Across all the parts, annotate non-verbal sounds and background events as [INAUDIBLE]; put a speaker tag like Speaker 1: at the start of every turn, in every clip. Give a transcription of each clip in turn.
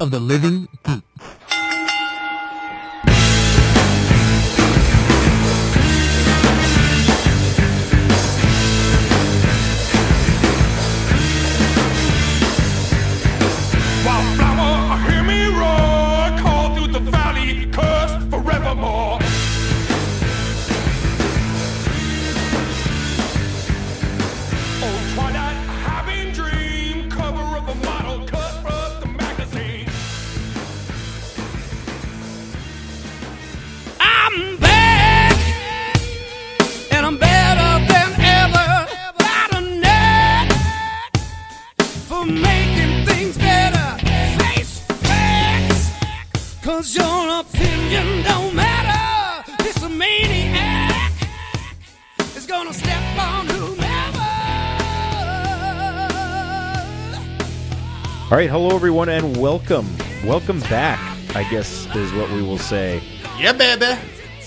Speaker 1: of the living deep.
Speaker 2: Wildflower, hear me roar, call through the valley, curse forevermore. Oh, twilight, having dream, cover of a model, cut from the magazine.
Speaker 3: I'm back, and I'm better than ever. Got a knack for making things better. Face facts, 'cause your opinion don't matter. This maniac is gonna step on whomever.
Speaker 4: All right, hello everyone, and welcome, welcome back. I guess is what we will say
Speaker 5: Yeah, baby.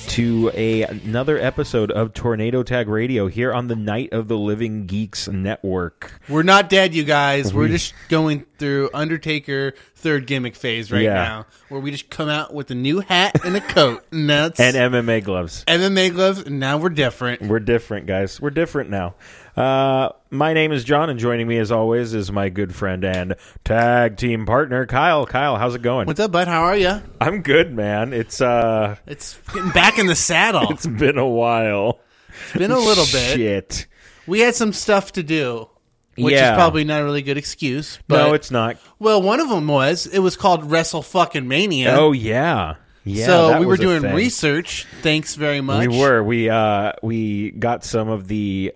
Speaker 4: to a another episode of Tornado Tag Radio here on the Night of the Living Geeks Network.
Speaker 5: We're not dead, you guys. We're just going through Undertaker third gimmick phase right
Speaker 4: Yeah.
Speaker 5: now, where we just come out with a new hat and a
Speaker 4: [LAUGHS]
Speaker 5: coat, and that's
Speaker 4: And MMA gloves.
Speaker 5: MMA gloves. And now we're different.
Speaker 4: We're different, guys. We're different now. Uh, my name is John, and joining me as always is my good friend and tag team partner, Kyle. Kyle, how's it going?
Speaker 5: What's up, bud? How are you?
Speaker 4: I'm good, man. It's uh,
Speaker 5: It's getting back in the saddle.
Speaker 4: it's been a while.
Speaker 5: It's been a little bit.
Speaker 4: [LAUGHS] Shit.
Speaker 5: We had some stuff to do, which
Speaker 4: Yeah.
Speaker 5: is probably not a really good excuse. But
Speaker 4: no, it's not.
Speaker 5: well, one of them was it was called Wrestle Fucking Mania.
Speaker 4: Oh yeah. Yeah,
Speaker 5: so
Speaker 4: that
Speaker 5: we were
Speaker 4: was a
Speaker 5: doing
Speaker 4: thing.
Speaker 5: research. Thanks very much.
Speaker 4: We were. We uh we got some of the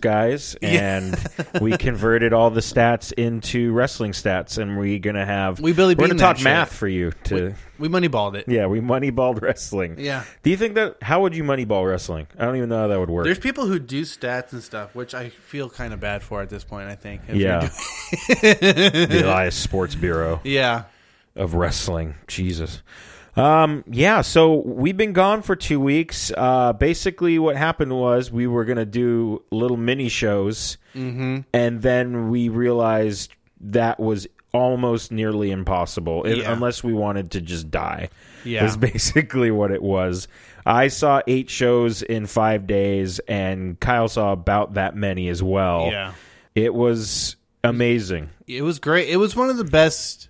Speaker 5: [LAUGHS]
Speaker 4: guys and we converted all the stats into wrestling stats and we're gonna have
Speaker 5: We Billy
Speaker 4: we're gonna
Speaker 5: Bean
Speaker 4: talk
Speaker 5: that shit.
Speaker 4: math for you to
Speaker 5: We moneyballed it.
Speaker 4: yeah we moneyballed wrestling
Speaker 5: Yeah.
Speaker 4: do you think that how would you moneyball wrestling I don't even know how that would work
Speaker 5: There's people who do stats and stuff, which I feel kind of bad for at this point. I think. If you're
Speaker 4: yeah
Speaker 5: doing- [LAUGHS]
Speaker 4: the Elias Sports Bureau
Speaker 5: yeah.
Speaker 4: of wrestling. Jesus. Um, yeah, so we've been gone for two weeks. Uh, basically, what happened was we were going to do little mini shows,
Speaker 5: Mm-hmm.
Speaker 4: and then we realized that was almost nearly impossible i-
Speaker 5: Yeah.
Speaker 4: unless we wanted to just die.
Speaker 5: Yeah.
Speaker 4: Is [LAUGHS] basically what it was. I saw eight shows in five days, and Kyle saw about that many as well.
Speaker 5: Yeah.
Speaker 4: It was amazing.
Speaker 5: It was great. It was one of the best.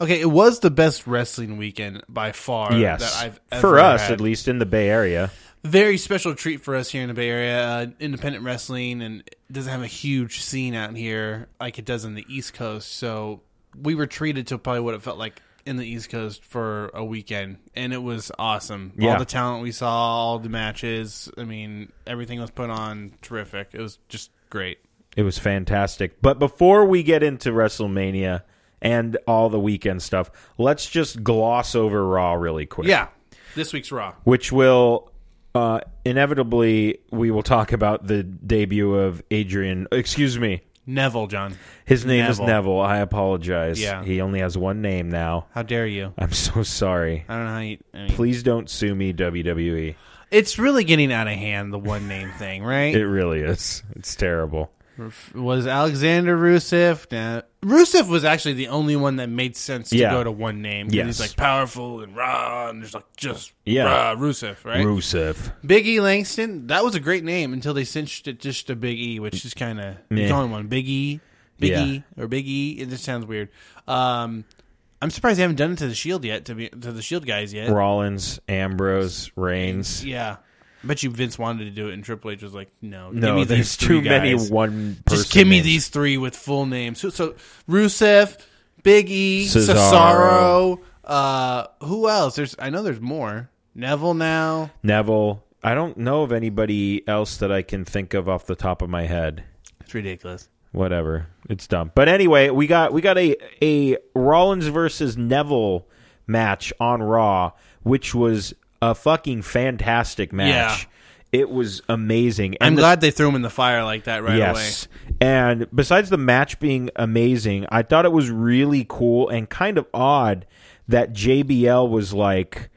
Speaker 5: Okay, it was the best wrestling weekend by far.
Speaker 4: Yes.
Speaker 5: that I've ever
Speaker 4: for us,
Speaker 5: had.
Speaker 4: at least in the Bay Area.
Speaker 5: very special treat for us here in the Bay Area. Uh, independent wrestling and it doesn't have a huge scene out here like it does in the East Coast. So we were treated to probably what it felt like in the East Coast for a weekend, and it was awesome.
Speaker 4: Yeah.
Speaker 5: All the talent we saw, all the matches. I mean, everything was put on terrific. It was just great.
Speaker 4: It was fantastic. But before we get into WrestleMania and all the weekend stuff, let's just gloss over Raw really quick.
Speaker 5: Yeah, this week's Raw.
Speaker 4: Which will uh, inevitably, we will talk about the debut of Adrian. Excuse me.
Speaker 5: Neville, John,
Speaker 4: His name is
Speaker 5: Neville.
Speaker 4: Neville. I apologize.
Speaker 5: Yeah.
Speaker 4: He only has one name now.
Speaker 5: how dare you?
Speaker 4: I'm so sorry.
Speaker 5: I don't know how you. I mean,
Speaker 4: Please don't sue me, E. WWE.
Speaker 5: it's really getting out of hand. The one name thing, right?
Speaker 4: It really is. It's terrible.
Speaker 5: was Alexander Rusev. Now, Rusev was actually the only one that made sense to
Speaker 4: Yeah.
Speaker 5: go to one name. 'cause
Speaker 4: Yes.
Speaker 5: He's like powerful and raw, and there's like just
Speaker 4: Yeah.
Speaker 5: raw Rusev, right?
Speaker 4: Rusev.
Speaker 5: Big E Langston, that was a great name until they cinched it just to Big E, which is kind of
Speaker 4: Meh.
Speaker 5: you calling one Big E, Big
Speaker 4: Yeah.
Speaker 5: E, or Big E. It just sounds weird. Um, I'm surprised they haven't done it to the Shield yet, to be to the Shield guys yet.
Speaker 4: Rollins, Ambrose, Reigns.
Speaker 5: Yeah, I bet you Vince wanted to do it, and Triple H was like, "No,
Speaker 4: No,
Speaker 5: give me
Speaker 4: there's
Speaker 5: these three
Speaker 4: too many
Speaker 5: guys.
Speaker 4: one.
Speaker 5: Just give me these three with full names. So, so Rusev, Big E,
Speaker 4: Cesaro.
Speaker 5: Cesaro. uh, who else? There's I know there's more. Neville now.
Speaker 4: Neville. I don't know of anybody else that I can think of off the top of my head.
Speaker 5: It's ridiculous.
Speaker 4: Whatever, it's dumb. But anyway, we got we got a a Rollins versus Neville match on Raw, which was a fucking fantastic match. It was amazing.
Speaker 5: I'm
Speaker 4: And the-
Speaker 5: glad they threw him in the fire like that right
Speaker 4: yes. And besides the match being amazing, I thought it was really cool and kind of odd that JBL was like,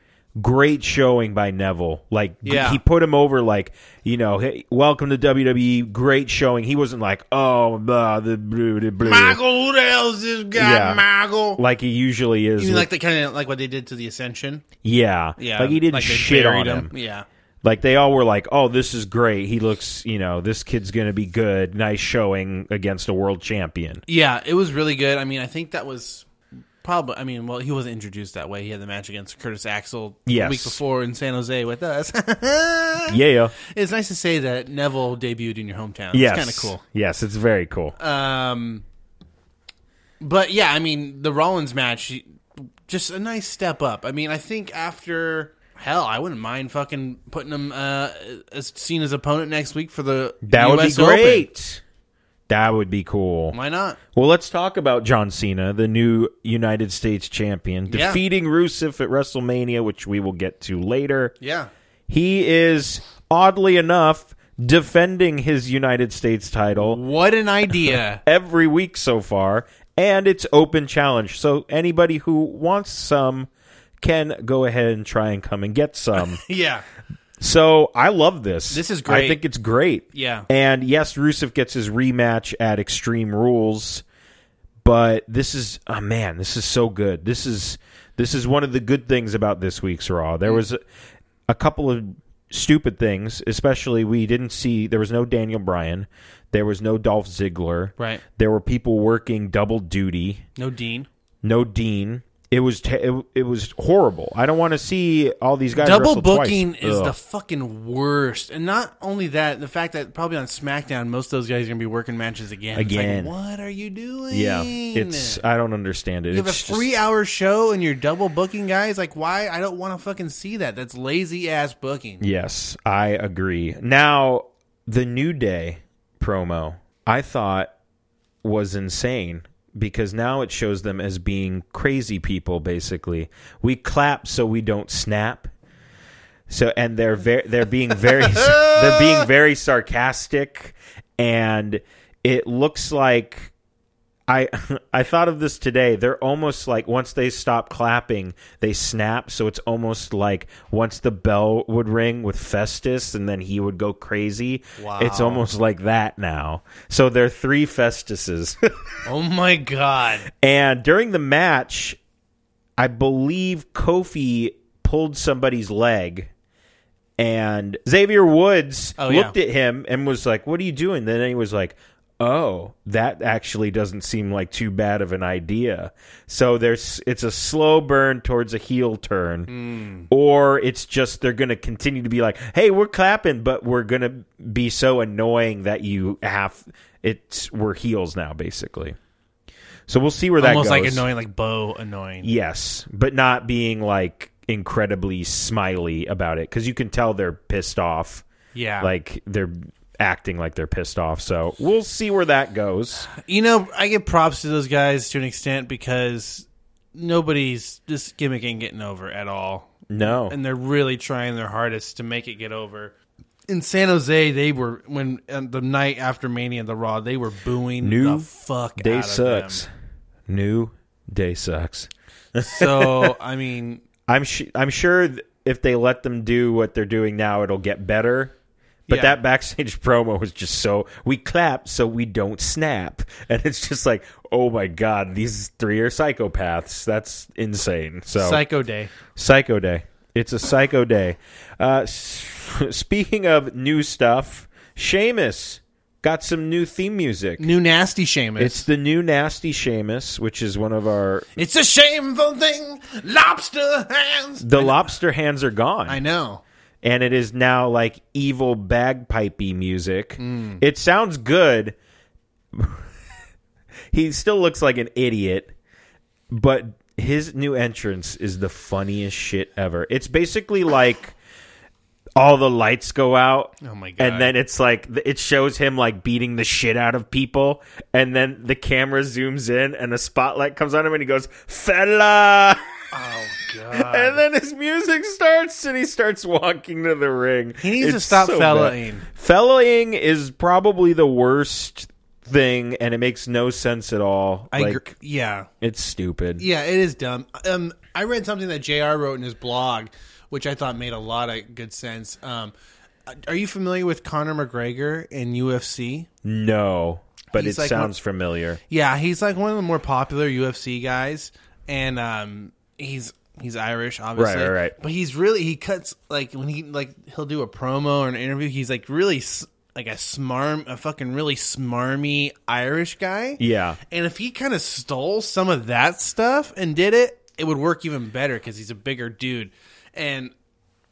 Speaker 4: great showing by Neville. Like
Speaker 5: Yeah.
Speaker 4: he put him over like, you know, hey, welcome to WWE, great showing. He wasn't like, oh, blah, the blue, the blue.
Speaker 5: Michael, who the hell's this guy,
Speaker 4: Yeah.
Speaker 5: Michael?
Speaker 4: Like he usually is.
Speaker 5: you mean
Speaker 4: with-
Speaker 5: like the kind of like what they did to the Ascension?
Speaker 4: yeah.
Speaker 5: Yeah,
Speaker 4: Like he didn't
Speaker 5: they
Speaker 4: shit on
Speaker 5: buried
Speaker 4: him.
Speaker 5: Yeah,
Speaker 4: Like they all were like, "Oh, this is great. He looks, you know, this kid's going to be good. Nice showing against a world champion."
Speaker 5: yeah, it was really good. I mean, I think that was probably. I mean, well, he wasn't introduced that way. He had the match against Curtis Axel
Speaker 4: Yes.
Speaker 5: the week before in San Jose with us. [LAUGHS]
Speaker 4: Yeah.
Speaker 5: It's nice to say that Neville debuted in your hometown. It's
Speaker 4: Yes.
Speaker 5: kind of cool.
Speaker 4: Yes, it's very cool.
Speaker 5: Um, but yeah, I mean the Rollins match, just a nice step up. I mean, I think after hell, I wouldn't mind fucking putting him uh, as seen as opponent next week for the
Speaker 4: that would be
Speaker 5: US Open.
Speaker 4: great. That would be cool.
Speaker 5: Why not?
Speaker 4: Well, let's talk about John Cena, the new United States champion,
Speaker 5: Yeah.
Speaker 4: defeating Rusev at WrestleMania, which we will get to later.
Speaker 5: Yeah,
Speaker 4: He is oddly enough defending his United States title
Speaker 5: what an idea. [LAUGHS]
Speaker 4: every week so far, and it's open challenge. So anybody who wants some can go ahead and try and come and get some.
Speaker 5: yeah,
Speaker 4: so I love this.
Speaker 5: This is
Speaker 4: I
Speaker 5: great.
Speaker 4: think it's great.
Speaker 5: Yeah.
Speaker 4: And yes, Rusev gets his rematch at Extreme Rules, but this is oh man, this is so good. This is this is one of the good things about this week's Raw.
Speaker 5: Mm.
Speaker 4: There was a, a couple of stupid things, especially we didn't see there was no Daniel Bryan, there was no Dolph Ziggler.
Speaker 5: Right.
Speaker 4: There were people working double duty.
Speaker 5: no Dean.
Speaker 4: No Dean. It was te- it, it was horrible. I don't want to see all these guys
Speaker 5: Double
Speaker 4: wrestle twice.
Speaker 5: booking is
Speaker 4: Ugh.
Speaker 5: the fucking worst, and not only that, the fact that probably on SmackDown most of those guys are gonna be working matches again. It's like,
Speaker 4: Again.
Speaker 5: what are you doing?
Speaker 4: yeah. It's I don't understand it.
Speaker 5: You have
Speaker 4: It's
Speaker 5: a
Speaker 4: just-
Speaker 5: three-hour show and you're double booking guys. Like, why? I don't want to fucking see that. That's lazy ass booking.
Speaker 4: Yes, I agree. Now, the New Day promo, I thought was insane because now it shows them as being crazy people basically. We clap so we don't snap. So and they're very they're being very
Speaker 5: [LAUGHS]
Speaker 4: they're being very sarcastic and it looks like I [LAUGHS] I thought of this today. They're almost like once they stop clapping, they snap. So it's almost like once the bell would ring with Festus, and then he would go crazy.
Speaker 5: Wow.
Speaker 4: It's almost like that now. So they're three [LAUGHS] Festuses.
Speaker 5: Oh my god.
Speaker 4: and during the match, I believe Kofi pulled somebody's leg. And Xavier Woods
Speaker 5: Oh, yeah.
Speaker 4: looked at him and was like, What are you doing? Then he was like, Oh, that actually doesn't seem like too bad of an idea. So there's it's a slow burn towards a heel
Speaker 5: Hmm.
Speaker 4: turn. Or it's just they're gonna continue to be like, Hey, we're clapping, but we're gonna be so annoying that you have it's we're heels now, basically. So we'll see where [LAUGHS] that
Speaker 5: Almost
Speaker 4: goes.
Speaker 5: like annoying, like Bo annoying.
Speaker 4: Yes, but not being like incredibly smiley about it because you can tell they're pissed off.
Speaker 5: Yeah.
Speaker 4: Like they're acting like they're pissed off. So we'll see where that goes.
Speaker 5: You know, I give props to those guys to an extent because nobody's this gimmick ain't getting over at all,
Speaker 4: No.
Speaker 5: [SIGHS] and they're really trying their hardest to make it get over. In San Jose, they were when um, the night after Mania and the Raw, they were booing
Speaker 4: New
Speaker 5: the fuck
Speaker 4: Day
Speaker 5: out
Speaker 4: sucks.
Speaker 5: of
Speaker 4: New day sucks.
Speaker 5: them.
Speaker 4: [LAUGHS]
Speaker 5: So I mean,
Speaker 4: I'm sh- I'm sure th- if they let them do what they're doing now, it'll get better. But
Speaker 5: Yeah.
Speaker 4: that backstage [LAUGHS] promo was just so we clap so we don't snap, [LAUGHS] and it's just like, oh my god, these three are psychopaths. That's insane. So
Speaker 5: Psycho Day.
Speaker 4: Psycho Day. It's a Psycho Day. Uh, s- [LAUGHS] speaking of new stuff, Seamus got some new theme music.
Speaker 5: New nasty Seamus.
Speaker 4: It's the new Nasty Seamus, which is one of our.
Speaker 5: It's a shameful thing. Lobster hands.
Speaker 4: The lobster hands are gone.
Speaker 5: I know.
Speaker 4: and it is now like evil bagpipey music.
Speaker 5: Mm.
Speaker 4: It sounds good. [LAUGHS] he still looks like an idiot, but his new entrance is the funniest shit ever. It's basically like all the lights go out.
Speaker 5: Oh my God.
Speaker 4: And then it's like th- it shows him like beating the shit out of people and then the camera zooms in and a spotlight comes on him and he goes, "Fella." [LAUGHS]
Speaker 5: Oh god.
Speaker 4: And then his music starts, and he starts walking to the ring.
Speaker 5: He needs to
Speaker 4: It's
Speaker 5: stop
Speaker 4: so
Speaker 5: fellowing.
Speaker 4: bad. Fellowing is probably the worst thing, and it makes no sense at all.
Speaker 5: I
Speaker 4: like
Speaker 5: gr- yeah.
Speaker 4: it's stupid.
Speaker 5: Yeah, it is dumb. Um I read something that JR wrote in his blog which I thought made a lot of good sense. Um, are you familiar with Conor McGregor in UFC?
Speaker 4: No, but
Speaker 5: He's
Speaker 4: it
Speaker 5: like
Speaker 4: sounds familiar.
Speaker 5: Yeah, he's like one of the more popular UFC guys, and um, he's he's Irish, obviously.
Speaker 4: Right, right, right.
Speaker 5: But he's really he cuts like when he like he'll do a promo or an interview. He's like really s- like a smarm, a fucking really smarmy Irish guy.
Speaker 4: Yeah.
Speaker 5: And if he kind of stole some of that stuff and did it, it would work even better because he's a bigger dude. And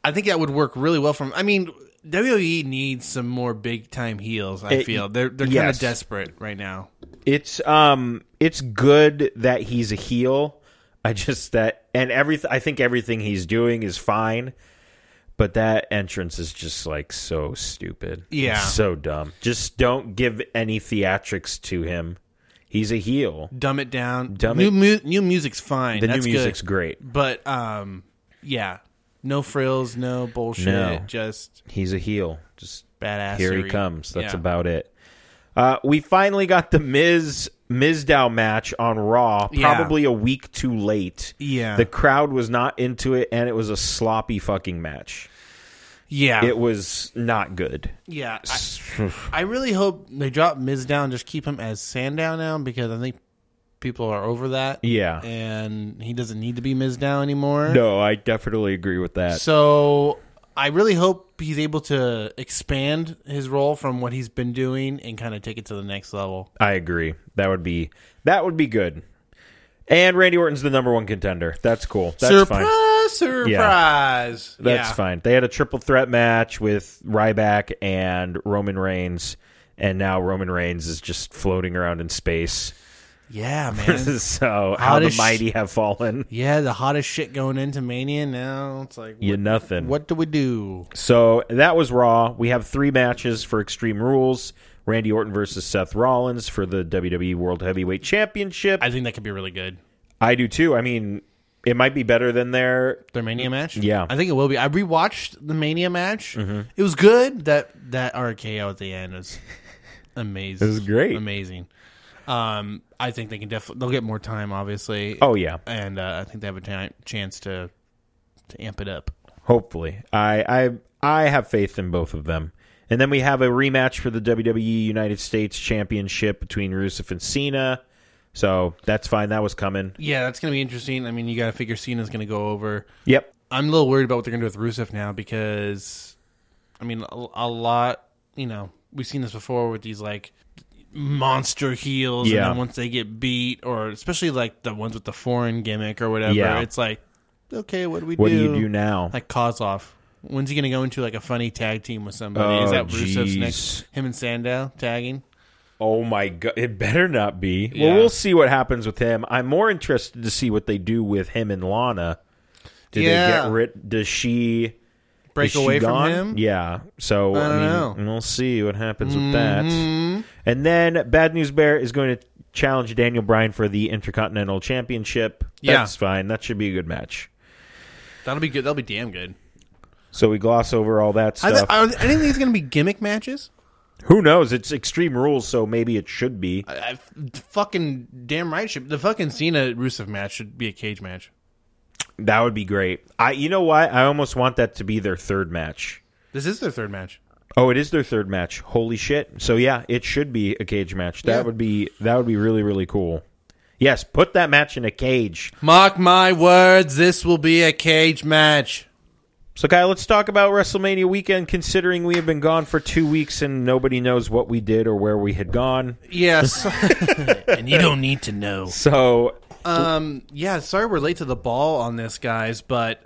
Speaker 5: I think that would work really well for him. I mean, WWE needs some more big time heels. I
Speaker 4: It-
Speaker 5: feel they're they're kind
Speaker 4: yes.
Speaker 5: of desperate right now.
Speaker 4: It's um it's good that he's a heel. I just that and everything I think everything he's doing is fine. But that entrance is just like so stupid.
Speaker 5: Yeah.
Speaker 4: It's so dumb. Just don't give any theatrics to him. He's a heel.
Speaker 5: Dumb it down.
Speaker 4: Dumb
Speaker 5: new
Speaker 4: it-
Speaker 5: mu- new music's fine.
Speaker 4: The
Speaker 5: That's
Speaker 4: new
Speaker 5: good.
Speaker 4: music's great.
Speaker 5: but um, yeah, no frills, no bullshit,
Speaker 4: No.
Speaker 5: just
Speaker 4: He's a heel. Just
Speaker 5: badass.
Speaker 4: Here he comes. That's
Speaker 5: yeah.
Speaker 4: about it. Uh, we finally got the Miz Mizdow match on Raw,
Speaker 5: Yeah.
Speaker 4: probably a week too late.
Speaker 5: Yeah.
Speaker 4: the crowd was not into it, and it was a sloppy fucking match.
Speaker 5: Yeah,
Speaker 4: It was not good.
Speaker 5: yeah. I- I really hope they drop Miz down, just keep him as Sandow now because I think people are over that.
Speaker 4: Yeah.
Speaker 5: And he doesn't need to be Miz Dow anymore.
Speaker 4: [SIGHS] no, I definitely agree with that.
Speaker 5: So I really hope he's able to expand his role from what he's been doing and kind of take it to the next level.
Speaker 4: I agree. That would be that would be good. And Randy Orton's the number one contender. That's cool. That's
Speaker 5: surprise,
Speaker 4: fine.
Speaker 5: surprise.
Speaker 4: That's
Speaker 5: Yeah.
Speaker 4: fine. They had a triple threat match with Ryback and Roman Reigns, and now Roman Reigns is just floating around in space. [LAUGHS]
Speaker 5: Yeah, man.
Speaker 4: so how
Speaker 5: How
Speaker 4: the
Speaker 5: does-
Speaker 4: mighty have fallen.
Speaker 5: yeah, the hottest shit going into Mania now. It's like,
Speaker 4: You nothing.
Speaker 5: what do we do?
Speaker 4: So that was Raw. We have three matches for Extreme Rules: Randy Orton versus Seth Rollins for the WWE World Heavyweight Championship. I,
Speaker 5: I think that could be really good.
Speaker 4: do too. I mean, it might be better than their.
Speaker 5: Their Mania match?
Speaker 4: Mm, Yeah. Mm-hmm.
Speaker 5: I think it will be. I rewatched the Mania match. It was good. That that RKO at the end
Speaker 4: [LAUGHS]
Speaker 5: is amazing.
Speaker 4: It was great.
Speaker 5: Amazing. Um, I think they can definitely they'll get more time, obviously.
Speaker 4: Oh yeah,
Speaker 5: and uh, I think they have a ti- chance to to amp it up.
Speaker 4: Hopefully, I I I have faith in both of them. And then we have a rematch for the WWE United States Championship between Rusev and Cena. So that's fine. That was coming.
Speaker 5: Yeah, that's gonna be interesting. I mean, you got to figure Cena's gonna go over.
Speaker 4: Yep.
Speaker 5: I'm a little worried about what they're gonna do with Rusev now because, I mean, a, a lot. You know, we've seen this before with these like monster heels,
Speaker 4: Yeah.
Speaker 5: and then once they get beat, or especially like the ones with the foreign gimmick or whatever,
Speaker 4: Yeah.
Speaker 5: it's like, okay, what do we
Speaker 4: What
Speaker 5: do?
Speaker 4: do you do now?
Speaker 5: Like Kozlov. When's he gonna go into like a funny tag team with somebody? Is
Speaker 4: Oh,
Speaker 5: that Rusev's
Speaker 4: jeez.
Speaker 5: next? Him and Sandow tagging.
Speaker 4: oh my god! It better not be.
Speaker 5: Yeah.
Speaker 4: Well, we'll see what happens with him. I'm more interested to see what they do with him and Lana. Do they
Speaker 5: Yeah.
Speaker 4: get rid? Does she
Speaker 5: Break
Speaker 4: Is she
Speaker 5: away
Speaker 4: gone?
Speaker 5: from him.
Speaker 4: Yeah. So I,
Speaker 5: don't Mm-hmm.
Speaker 4: mean, we'll see what happens with that. And then Bad News Bear is going to challenge Daniel Bryan for the Intercontinental Championship.
Speaker 5: Yeah.
Speaker 4: That's fine. That should be a good match.
Speaker 5: That'll be good. That'll be damn good.
Speaker 4: So we gloss over all that
Speaker 5: I,
Speaker 4: stuff.
Speaker 5: th- are any of these going to be gimmick matches?
Speaker 4: Who knows? It's Extreme Rules, so maybe it should be.
Speaker 5: I, I fucking damn right should. The fucking Cena Rusev match should be a cage match.
Speaker 4: That would be great. I. You know what? I almost want that to be their third match.
Speaker 5: This is their third match.
Speaker 4: Oh, it is their third match. Holy shit! So yeah, it should be a cage match. That
Speaker 5: Yeah.
Speaker 4: would be that would be really really cool. Yes, put that match in a cage.
Speaker 5: Mark my words, this will be a cage match.
Speaker 4: So, Kyle, let's talk about WrestleMania weekend. Considering we have been gone for two weeks and nobody knows what we did or where we had gone,
Speaker 5: Yes. [LAUGHS] and you don't need to know.
Speaker 4: so
Speaker 5: Um. Yeah. Sorry, we're late to the ball on this, guys. But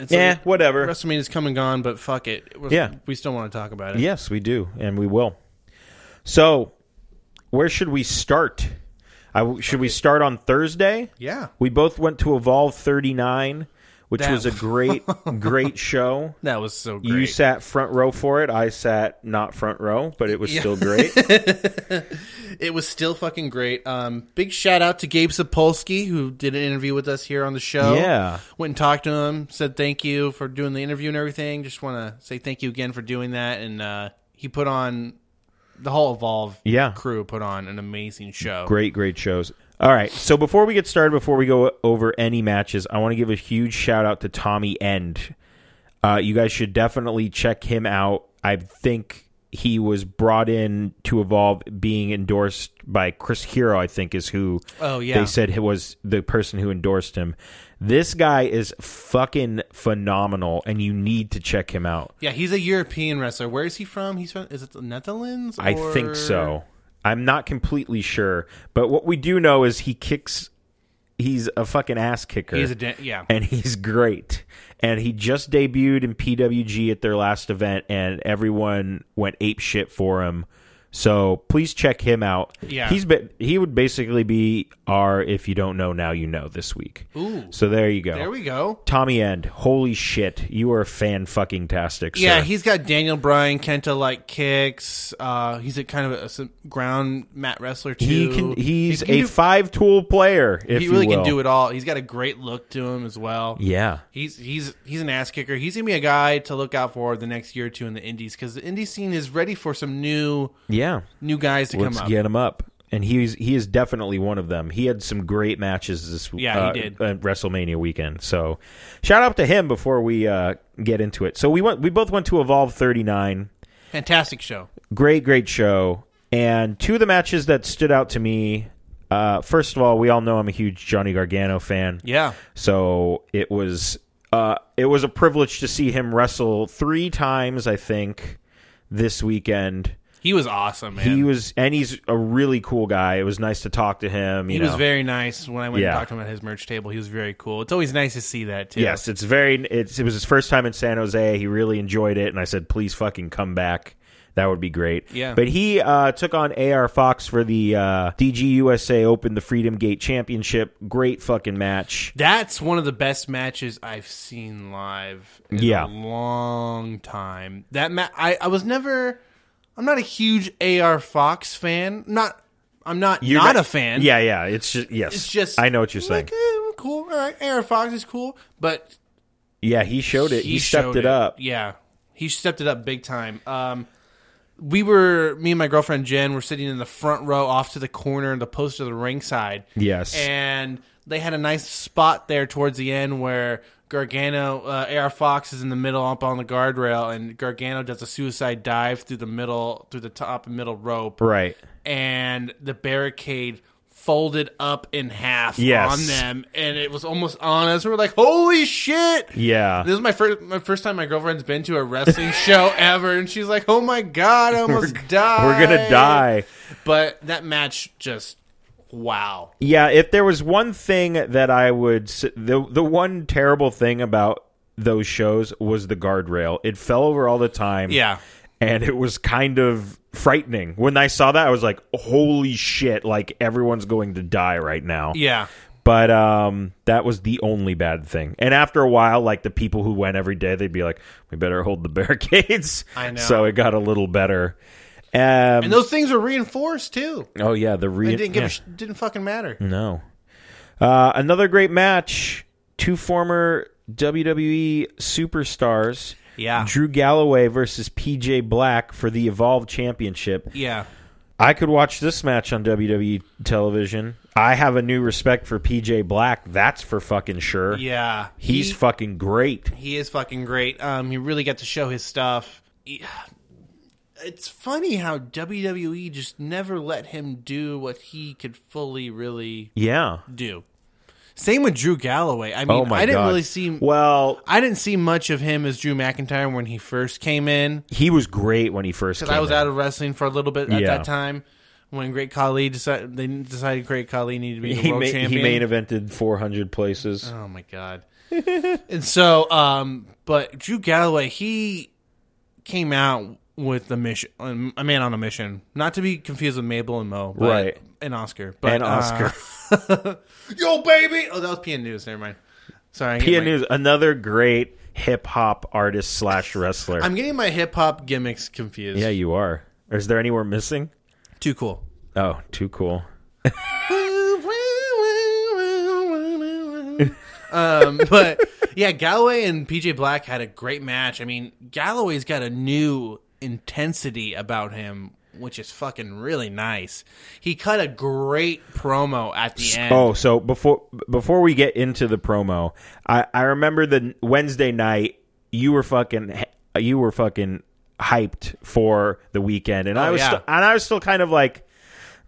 Speaker 5: it's
Speaker 4: yeah,
Speaker 5: like,
Speaker 4: whatever.
Speaker 5: WrestleMania's come and gone, but fuck it. We're-
Speaker 4: Yeah.
Speaker 5: We still want to talk about it.
Speaker 4: yes, we do, and we will. So, where should we start? I w should we start on Thursday?
Speaker 5: Yeah.
Speaker 4: we both went to Evolve thirty nine, which
Speaker 5: That-
Speaker 4: was
Speaker 5: [LAUGHS]
Speaker 4: a great, great show.
Speaker 5: That was so great.
Speaker 4: You sat front row for it. I sat not front row, but it was still great.
Speaker 5: It was still fucking great. Um, big shout out to Gabe Sapolsky who did an interview with us here on the show.
Speaker 4: Yeah.
Speaker 5: went and talked to him, said thank you for doing the interview and everything. Just want to say thank you again for doing that. And uh, he put on the whole Evolve
Speaker 4: Yeah.
Speaker 5: crew put on an amazing show.
Speaker 4: great, great shows. All right. So before we get started, before we go over any matches, I want to give a huge shout out to Tommy End. Uh, you guys should definitely check him out. I think he was brought in to evolve, being endorsed by Chris Hero. I think is who.
Speaker 5: Oh, yeah.
Speaker 4: They said he was the person who endorsed him. This guy is fucking phenomenal, and you need to check him out.
Speaker 5: Yeah, he's a European wrestler. Where is he from? He's from is it the Netherlands?
Speaker 4: I
Speaker 5: or-
Speaker 4: think so. I'm not completely sure, but what we do know is he kicks. He's a fucking ass kicker.
Speaker 5: He's a da- yeah.
Speaker 4: and he's great. And he just debuted in PWG at their last event, and everyone went ape shit for him. So please check him out.
Speaker 5: Yeah.
Speaker 4: he's been he would basically be our if you don't know now you know this week.
Speaker 5: Ooh.
Speaker 4: so there you go.
Speaker 5: There we go.
Speaker 4: Tommy End, holy shit, you are fan fucking tastic.
Speaker 5: Yeah,
Speaker 4: sir.
Speaker 5: he's got Daniel Bryan Kenta like kicks. Uh, he's a kind of a, some ground mat wrestler too.
Speaker 4: he can. He's
Speaker 5: He can
Speaker 4: a
Speaker 5: do-
Speaker 4: five tool player. If
Speaker 5: he really
Speaker 4: you will.
Speaker 5: can do it all. He's got a great look to him as well.
Speaker 4: Yeah,
Speaker 5: He's he's he's an ass kicker. He's gonna be a guy to look out for the next year or two in the Indies because the indie scene is ready for some new
Speaker 4: yeah.
Speaker 5: new guys to
Speaker 4: Let's
Speaker 5: come up.
Speaker 4: get him up. And he's he is definitely one of them. He had some great matches this
Speaker 5: Yeah, he
Speaker 4: uh,
Speaker 5: did.
Speaker 4: uh, WrestleMania weekend. So shout out to him before we uh, get into it. So we went we both went to Evolve 39.
Speaker 5: Fantastic show.
Speaker 4: Great great show. And two of the matches that stood out to me. Uh, first of all, we all know I'm a huge Johnny Gargano fan.
Speaker 5: Yeah,
Speaker 4: So it was uh, it was a privilege to see him wrestle three times, I think, this weekend.
Speaker 5: he was awesome, man.
Speaker 4: He was, and he's a really cool guy. It was nice to talk to him. You
Speaker 5: He
Speaker 4: know.
Speaker 5: was very nice when I went
Speaker 4: Yeah.
Speaker 5: and talked to him at his merch table. He was very cool. It's always nice to see that too.
Speaker 4: yes, it's very. It's, it was his first time in San Jose. He really enjoyed it, and I said, please fucking come back. That would be great.
Speaker 5: Yeah.
Speaker 4: But he uh, took on AR Fox for the uh, DGUSA Open, the Freedom Gate Championship. Great fucking match.
Speaker 5: That's one of the best matches I've seen live in
Speaker 4: Yeah.
Speaker 5: a long time. That ma- I, I was never I'm not a huge AR Fox fan. Not I'm not not, a fan.
Speaker 4: Yeah, yeah. It's just yes.
Speaker 5: It's just
Speaker 4: I know what you're saying.
Speaker 5: like, eh, cool. All right. AR Fox is cool, but
Speaker 4: yeah, he showed it. He, stepped
Speaker 5: showed
Speaker 4: it, up.
Speaker 5: Yeah, he stepped it up big time. Um, we were me and my girlfriend Jen were sitting in the front row, off to the corner, in the post of the ringside.
Speaker 4: Yes.
Speaker 5: and they had a nice spot there towards the end where Gargano, uh, Air Fox is in the middle up on the guardrail, and Gargano does a suicide dive through the middle, through the top and middle rope,
Speaker 4: Right.
Speaker 5: and the barricade folded up in half
Speaker 4: Yes.
Speaker 5: on them, and it was almost on us. We were like, "Holy shit!"
Speaker 4: Yeah.
Speaker 5: This is my first my first time my girlfriend's been to a
Speaker 4: [LAUGHS]
Speaker 5: wrestling show ever, and she's like, "Oh my god, I almost died.
Speaker 4: We're gonna die.
Speaker 5: But that match just wow.
Speaker 4: Yeah, if there was one thing that I would s- the the one terrible thing about those shows was the guardrail. It fell over all the time.
Speaker 5: Yeah.
Speaker 4: And it was kind of frightening. When I saw that, I was like, "Holy shit, like everyone's going to die right now."
Speaker 5: Yeah,
Speaker 4: But um that was the only bad thing. And after a while, like the people who went every day, they'd be like, "We better hold the [LAUGHS] barricades."
Speaker 5: I know.
Speaker 4: So it got a little better. Um
Speaker 5: and those things were reinforced too.
Speaker 4: Oh yeah, the re-
Speaker 5: It didn't give
Speaker 4: yeah.
Speaker 5: a sh- didn't fucking matter.
Speaker 4: No. Uh, another great match. Two former WWE superstars.
Speaker 5: Yeah.
Speaker 4: Drew Galloway versus PJ Black for the Evolve Championship.
Speaker 5: Yeah,
Speaker 4: I could watch this match on WWE television. I have a new respect for PJ Black. That's for fucking sure.
Speaker 5: yeah.
Speaker 4: He's
Speaker 5: He-
Speaker 4: fucking great.
Speaker 5: He is fucking great. Um, he really got to show his stuff. He- It's funny how WWE just never let him do what he could fully, really
Speaker 4: Yeah.
Speaker 5: do. Same with Drew Galloway. I mean,
Speaker 4: oh my
Speaker 5: I didn't
Speaker 4: God.
Speaker 5: really see.
Speaker 4: Well,
Speaker 5: I didn't see much of him as Drew McIntyre when he first came in
Speaker 4: he was great when he first
Speaker 5: because I was out of wrestling for a little bit at
Speaker 4: Yeah.
Speaker 5: that time. When Great Khali decided, they decided Great Khali needed to
Speaker 4: [LAUGHS]
Speaker 5: be the
Speaker 4: he,
Speaker 5: world
Speaker 4: ma-
Speaker 5: champion.
Speaker 4: he main evented 400 places.
Speaker 5: Oh my god. [LAUGHS] and so, um, but Drew Galloway, he came out with the mission, um, a man on a mission, not to be confused with Mabel and Mo, but
Speaker 4: Right.
Speaker 5: An Oscar, but
Speaker 4: And
Speaker 5: [LAUGHS]
Speaker 4: Oscar.
Speaker 5: uh, yo, baby. Oh, that was PN News. Never mind. Sorry, I'm
Speaker 4: Pia
Speaker 5: getting my-
Speaker 4: News, another great hip hop artist slash wrestler.
Speaker 5: I'm getting my hip hop gimmicks confused.
Speaker 4: yeah, you are. Or is there anywhere missing?
Speaker 5: too cool.
Speaker 4: Oh, too cool.
Speaker 5: [LAUGHS] um, but yeah, Galloway and PJ Black had a great match. I mean, Galloway's got a new intensity about him which is fucking really nice. He cut a great promo at the end.
Speaker 4: Oh, so before before we get into the promo, I, I remember the Wednesday night you were fucking you were fucking hyped for the weekend, and I
Speaker 5: Oh,
Speaker 4: was
Speaker 5: yeah.
Speaker 4: sti- and I was still kind of like,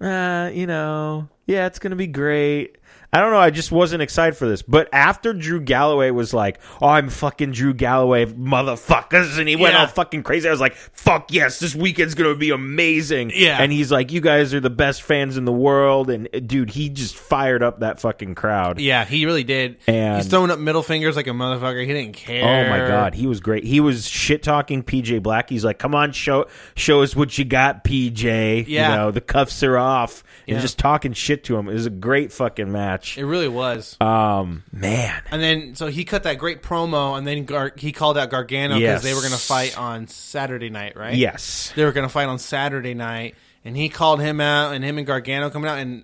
Speaker 4: uh, you know, yeah, it's gonna be great. I don't know. I just wasn't excited for this. But after Drew Galloway was like, "Oh, I'm fucking Drew Galloway, motherfuckers," and he went
Speaker 5: Yeah.
Speaker 4: all fucking crazy, I was like, "Fuck yes, this weekend's gonna be amazing."
Speaker 5: Yeah.
Speaker 4: and he's like, "You guys are the best fans in the world," and uh, dude, he just fired up that fucking crowd.
Speaker 5: Yeah, he really did.
Speaker 4: And-
Speaker 5: He's throwing up middle fingers like a motherfucker. He didn't care.
Speaker 4: Oh my god, he was great. He was shit talking PJ Black. He's like, "Come on, show show us what you got, PJ."
Speaker 5: Yeah.
Speaker 4: you know the cuffs are off, and
Speaker 5: Yeah.
Speaker 4: just talking shit to him. It was a great fucking match.
Speaker 5: It really was.
Speaker 4: Um, man,
Speaker 5: and then, so he cut that great promo, and then Gar- he called out Gargano because
Speaker 4: Yes.
Speaker 5: they were going to fight on Saturday night, right?
Speaker 4: yes,
Speaker 5: They were going to fight on Saturday night, and he called him out, and him and Gargano coming out, and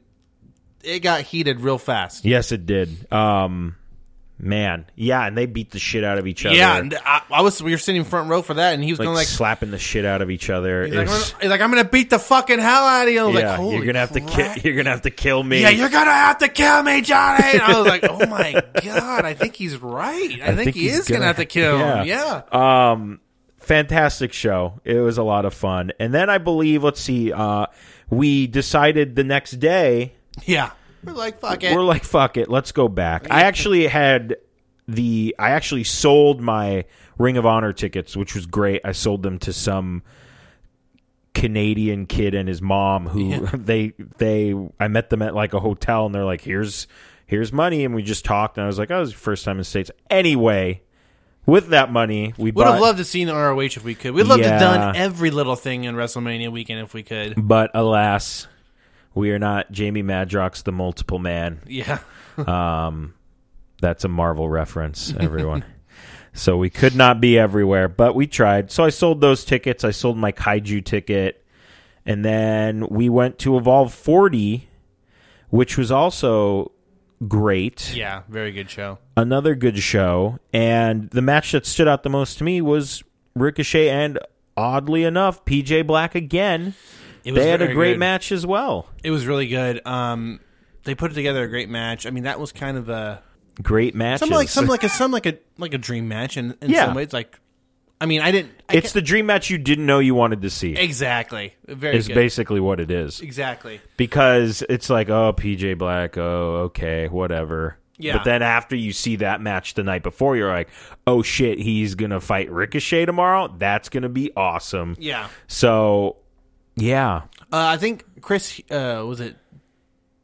Speaker 5: it got heated real fast.
Speaker 4: yes, it did. Um, man, yeah, and they beat the shit out of each other.
Speaker 5: Yeah, and I, I was. We were sitting front row for that, and he was
Speaker 4: like,
Speaker 5: going like,
Speaker 4: slapping the shit out of each other.
Speaker 5: he's like,
Speaker 4: It
Speaker 5: I'm
Speaker 4: was-
Speaker 5: gonna, he's like, I'm gonna beat the fucking hell out of you. I was
Speaker 4: yeah,
Speaker 5: like, Holy
Speaker 4: you're gonna have
Speaker 5: crap.
Speaker 4: to kill. You're gonna have to kill me.
Speaker 5: Yeah, you're gonna have to kill me, Johnny. And I was like, oh
Speaker 4: [LAUGHS]
Speaker 5: my god, I think he's right. I, think,
Speaker 4: think
Speaker 5: he
Speaker 4: he's
Speaker 5: is gonna,
Speaker 4: gonna-
Speaker 5: have to kill him.
Speaker 4: Yeah.
Speaker 5: Yeah,
Speaker 4: um fantastic show it was a lot of fun and then i believe let's see uh we decided the next day
Speaker 5: yeah. We're like, fuck it.
Speaker 4: we're like fuck it let's go back i actually had the i actually sold my ring of honor tickets which was great i sold them to some canadian kid and his mom who [LAUGHS] they they i met them at like a hotel and they're like here's here's money and we just talked and i was like oh it's the first time in the states anyway with that money we
Speaker 5: would
Speaker 4: bought
Speaker 5: have loved to seen ROH if we could. We'd love
Speaker 4: Yeah.
Speaker 5: to done every little thing in WrestleMania weekend if we could.
Speaker 4: But alas, we are not Jamie Madrox, the multiple man.
Speaker 5: Yeah,
Speaker 4: That's a
Speaker 5: [LAUGHS]
Speaker 4: Marvel reference, everyone. so we could not be everywhere, but we tried. So I sold those tickets. I sold my kaiju ticket. And then we went to Evolve 40, which was also great.
Speaker 5: yeah. Very good show.
Speaker 4: Another good show. And the match that stood out the most to me was Ricochet and, oddly enough, PJ Black again.
Speaker 5: It was
Speaker 4: They had a
Speaker 5: very
Speaker 4: great
Speaker 5: good.
Speaker 4: match as well.
Speaker 5: It was really good. Um, they put together a great match. I mean, that was kind of a
Speaker 4: Great match.
Speaker 5: some like some like a some like a like a dream match in, in
Speaker 4: Yeah.
Speaker 5: some ways. Like, I mean, I didn't. I
Speaker 4: It's the dream match you didn't know you wanted to see.
Speaker 5: can't- exactly very
Speaker 4: Is
Speaker 5: good.
Speaker 4: basically what it is
Speaker 5: exactly.
Speaker 4: because it's like oh PJ Black oh okay whatever.
Speaker 5: Yeah.
Speaker 4: But then after you see that match the night before, you're like, oh shit, he's gonna fight Ricochet tomorrow. That's gonna be awesome.
Speaker 5: Yeah.
Speaker 4: So yeah,
Speaker 5: Uh, I think Chris uh, was it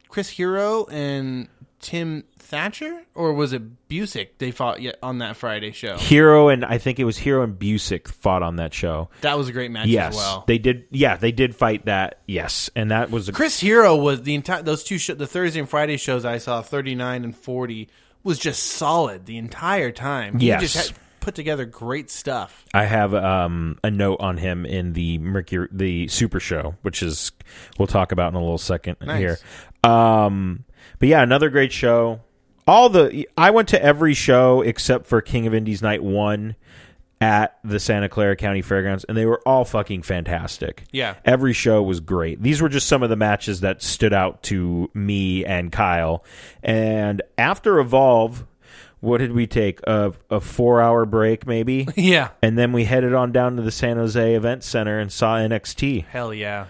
Speaker 5: Chris Hero and Tim Thatcher, or was it Busick? They fought yet on that Friday show.
Speaker 4: Hero and I think it was Hero and Busick fought on that show.
Speaker 5: That was a great match
Speaker 4: Yes,
Speaker 5: as well.
Speaker 4: they did. Yeah, they did fight that. Yes, and that was a
Speaker 5: Chris Hero was the entire those two sh- the Thursday and Friday shows I saw thirty nine and forty was just solid the entire time.
Speaker 4: Yes.
Speaker 5: he just had, put together great stuff.
Speaker 4: I have um, a note on him in the Mercury, the Super Show, which is we'll talk about in a little second here. Um, but yeah, another great show. All the I went to every show except for King of Indies Night One at the Santa Clara County Fairgrounds, and they were all fucking fantastic.
Speaker 5: Yeah.
Speaker 4: every show was great. These were just some of the matches that stood out to me and Kyle. And after Evolve, what did we take? A, a four hour break, maybe.
Speaker 5: Yeah,
Speaker 4: And then we headed on down to the San Jose Event Center and saw NXT.
Speaker 5: hell yeah,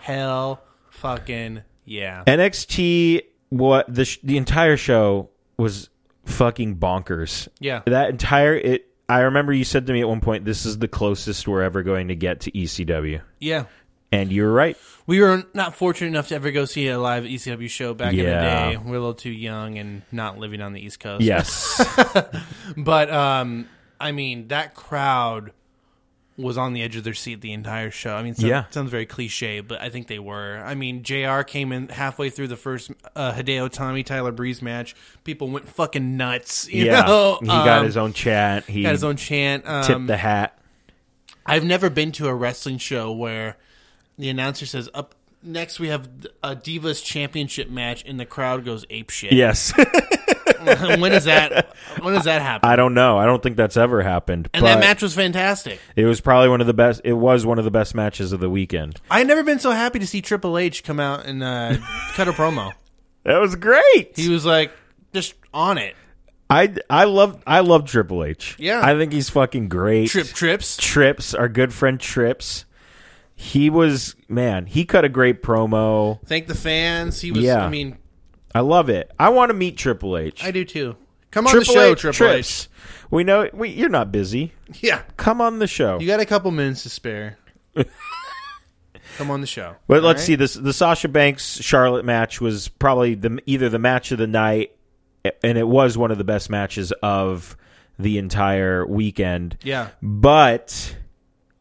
Speaker 5: hell fucking yeah.
Speaker 4: NXT, what the sh- the entire show was fucking bonkers.
Speaker 5: Yeah.
Speaker 4: that entire it. I remember you said to me at one point, "This is the closest we're ever going to get to ECW,"
Speaker 5: Yeah,
Speaker 4: and
Speaker 5: [LAUGHS]
Speaker 4: you're right.
Speaker 5: We were not fortunate enough to ever go see a live ECW show back
Speaker 4: Yeah.
Speaker 5: in the day. We're a little too young and not living on the East Coast.
Speaker 4: Yes,
Speaker 5: But um I mean that crowd was on the edge of their seat the entire show. I mean, so,
Speaker 4: Yeah.
Speaker 5: sounds very cliche, but I think they were. I mean, JR came in halfway through the first uh, Hideo Tommy Tyler Breeze match. People went fucking nuts. You
Speaker 4: yeah.
Speaker 5: know?
Speaker 4: he got
Speaker 5: Um,
Speaker 4: his own chat. He
Speaker 5: got his own chant. Um,
Speaker 4: tipped the hat.
Speaker 5: I've never been to a wrestling show where the announcer says, "Up next, we have a Divas Championship match," and the crowd goes ape shit.
Speaker 4: Yes,
Speaker 5: [LAUGHS] when is that? When does that happen?
Speaker 4: [LAUGHS] I don't know. I don't think that's ever happened.
Speaker 5: and
Speaker 4: but
Speaker 5: that match was fantastic.
Speaker 4: it was probably one of the best. It was one of the best matches of the weekend.
Speaker 5: I had never been so happy to see Triple H come out and
Speaker 4: [LAUGHS]
Speaker 5: uh, cut a promo.
Speaker 4: That was great.
Speaker 5: He was like just on it.
Speaker 4: I I love I love Triple H.
Speaker 5: Yeah.
Speaker 4: I think he's fucking great.
Speaker 5: Trip trips.
Speaker 4: Trips, our good friend Trips. He was man. He cut a great promo.
Speaker 5: Thank the fans. He was.
Speaker 4: Yeah.
Speaker 5: I mean,
Speaker 4: I love it. I want to meet Triple H.
Speaker 5: I do too. Come on
Speaker 4: Triple
Speaker 5: the show,
Speaker 4: H
Speaker 5: Triple
Speaker 4: Trips. We know we, you're not busy.
Speaker 5: H. Yeah,
Speaker 4: Come on the show.
Speaker 5: you got a couple minutes to
Speaker 4: [LAUGHS]
Speaker 5: spare. Come on the show.
Speaker 4: But let's see this. The Sasha Banks Charlotte match was probably the either the match of the night, and it was one of the best matches of the entire weekend.
Speaker 5: Yeah.
Speaker 4: But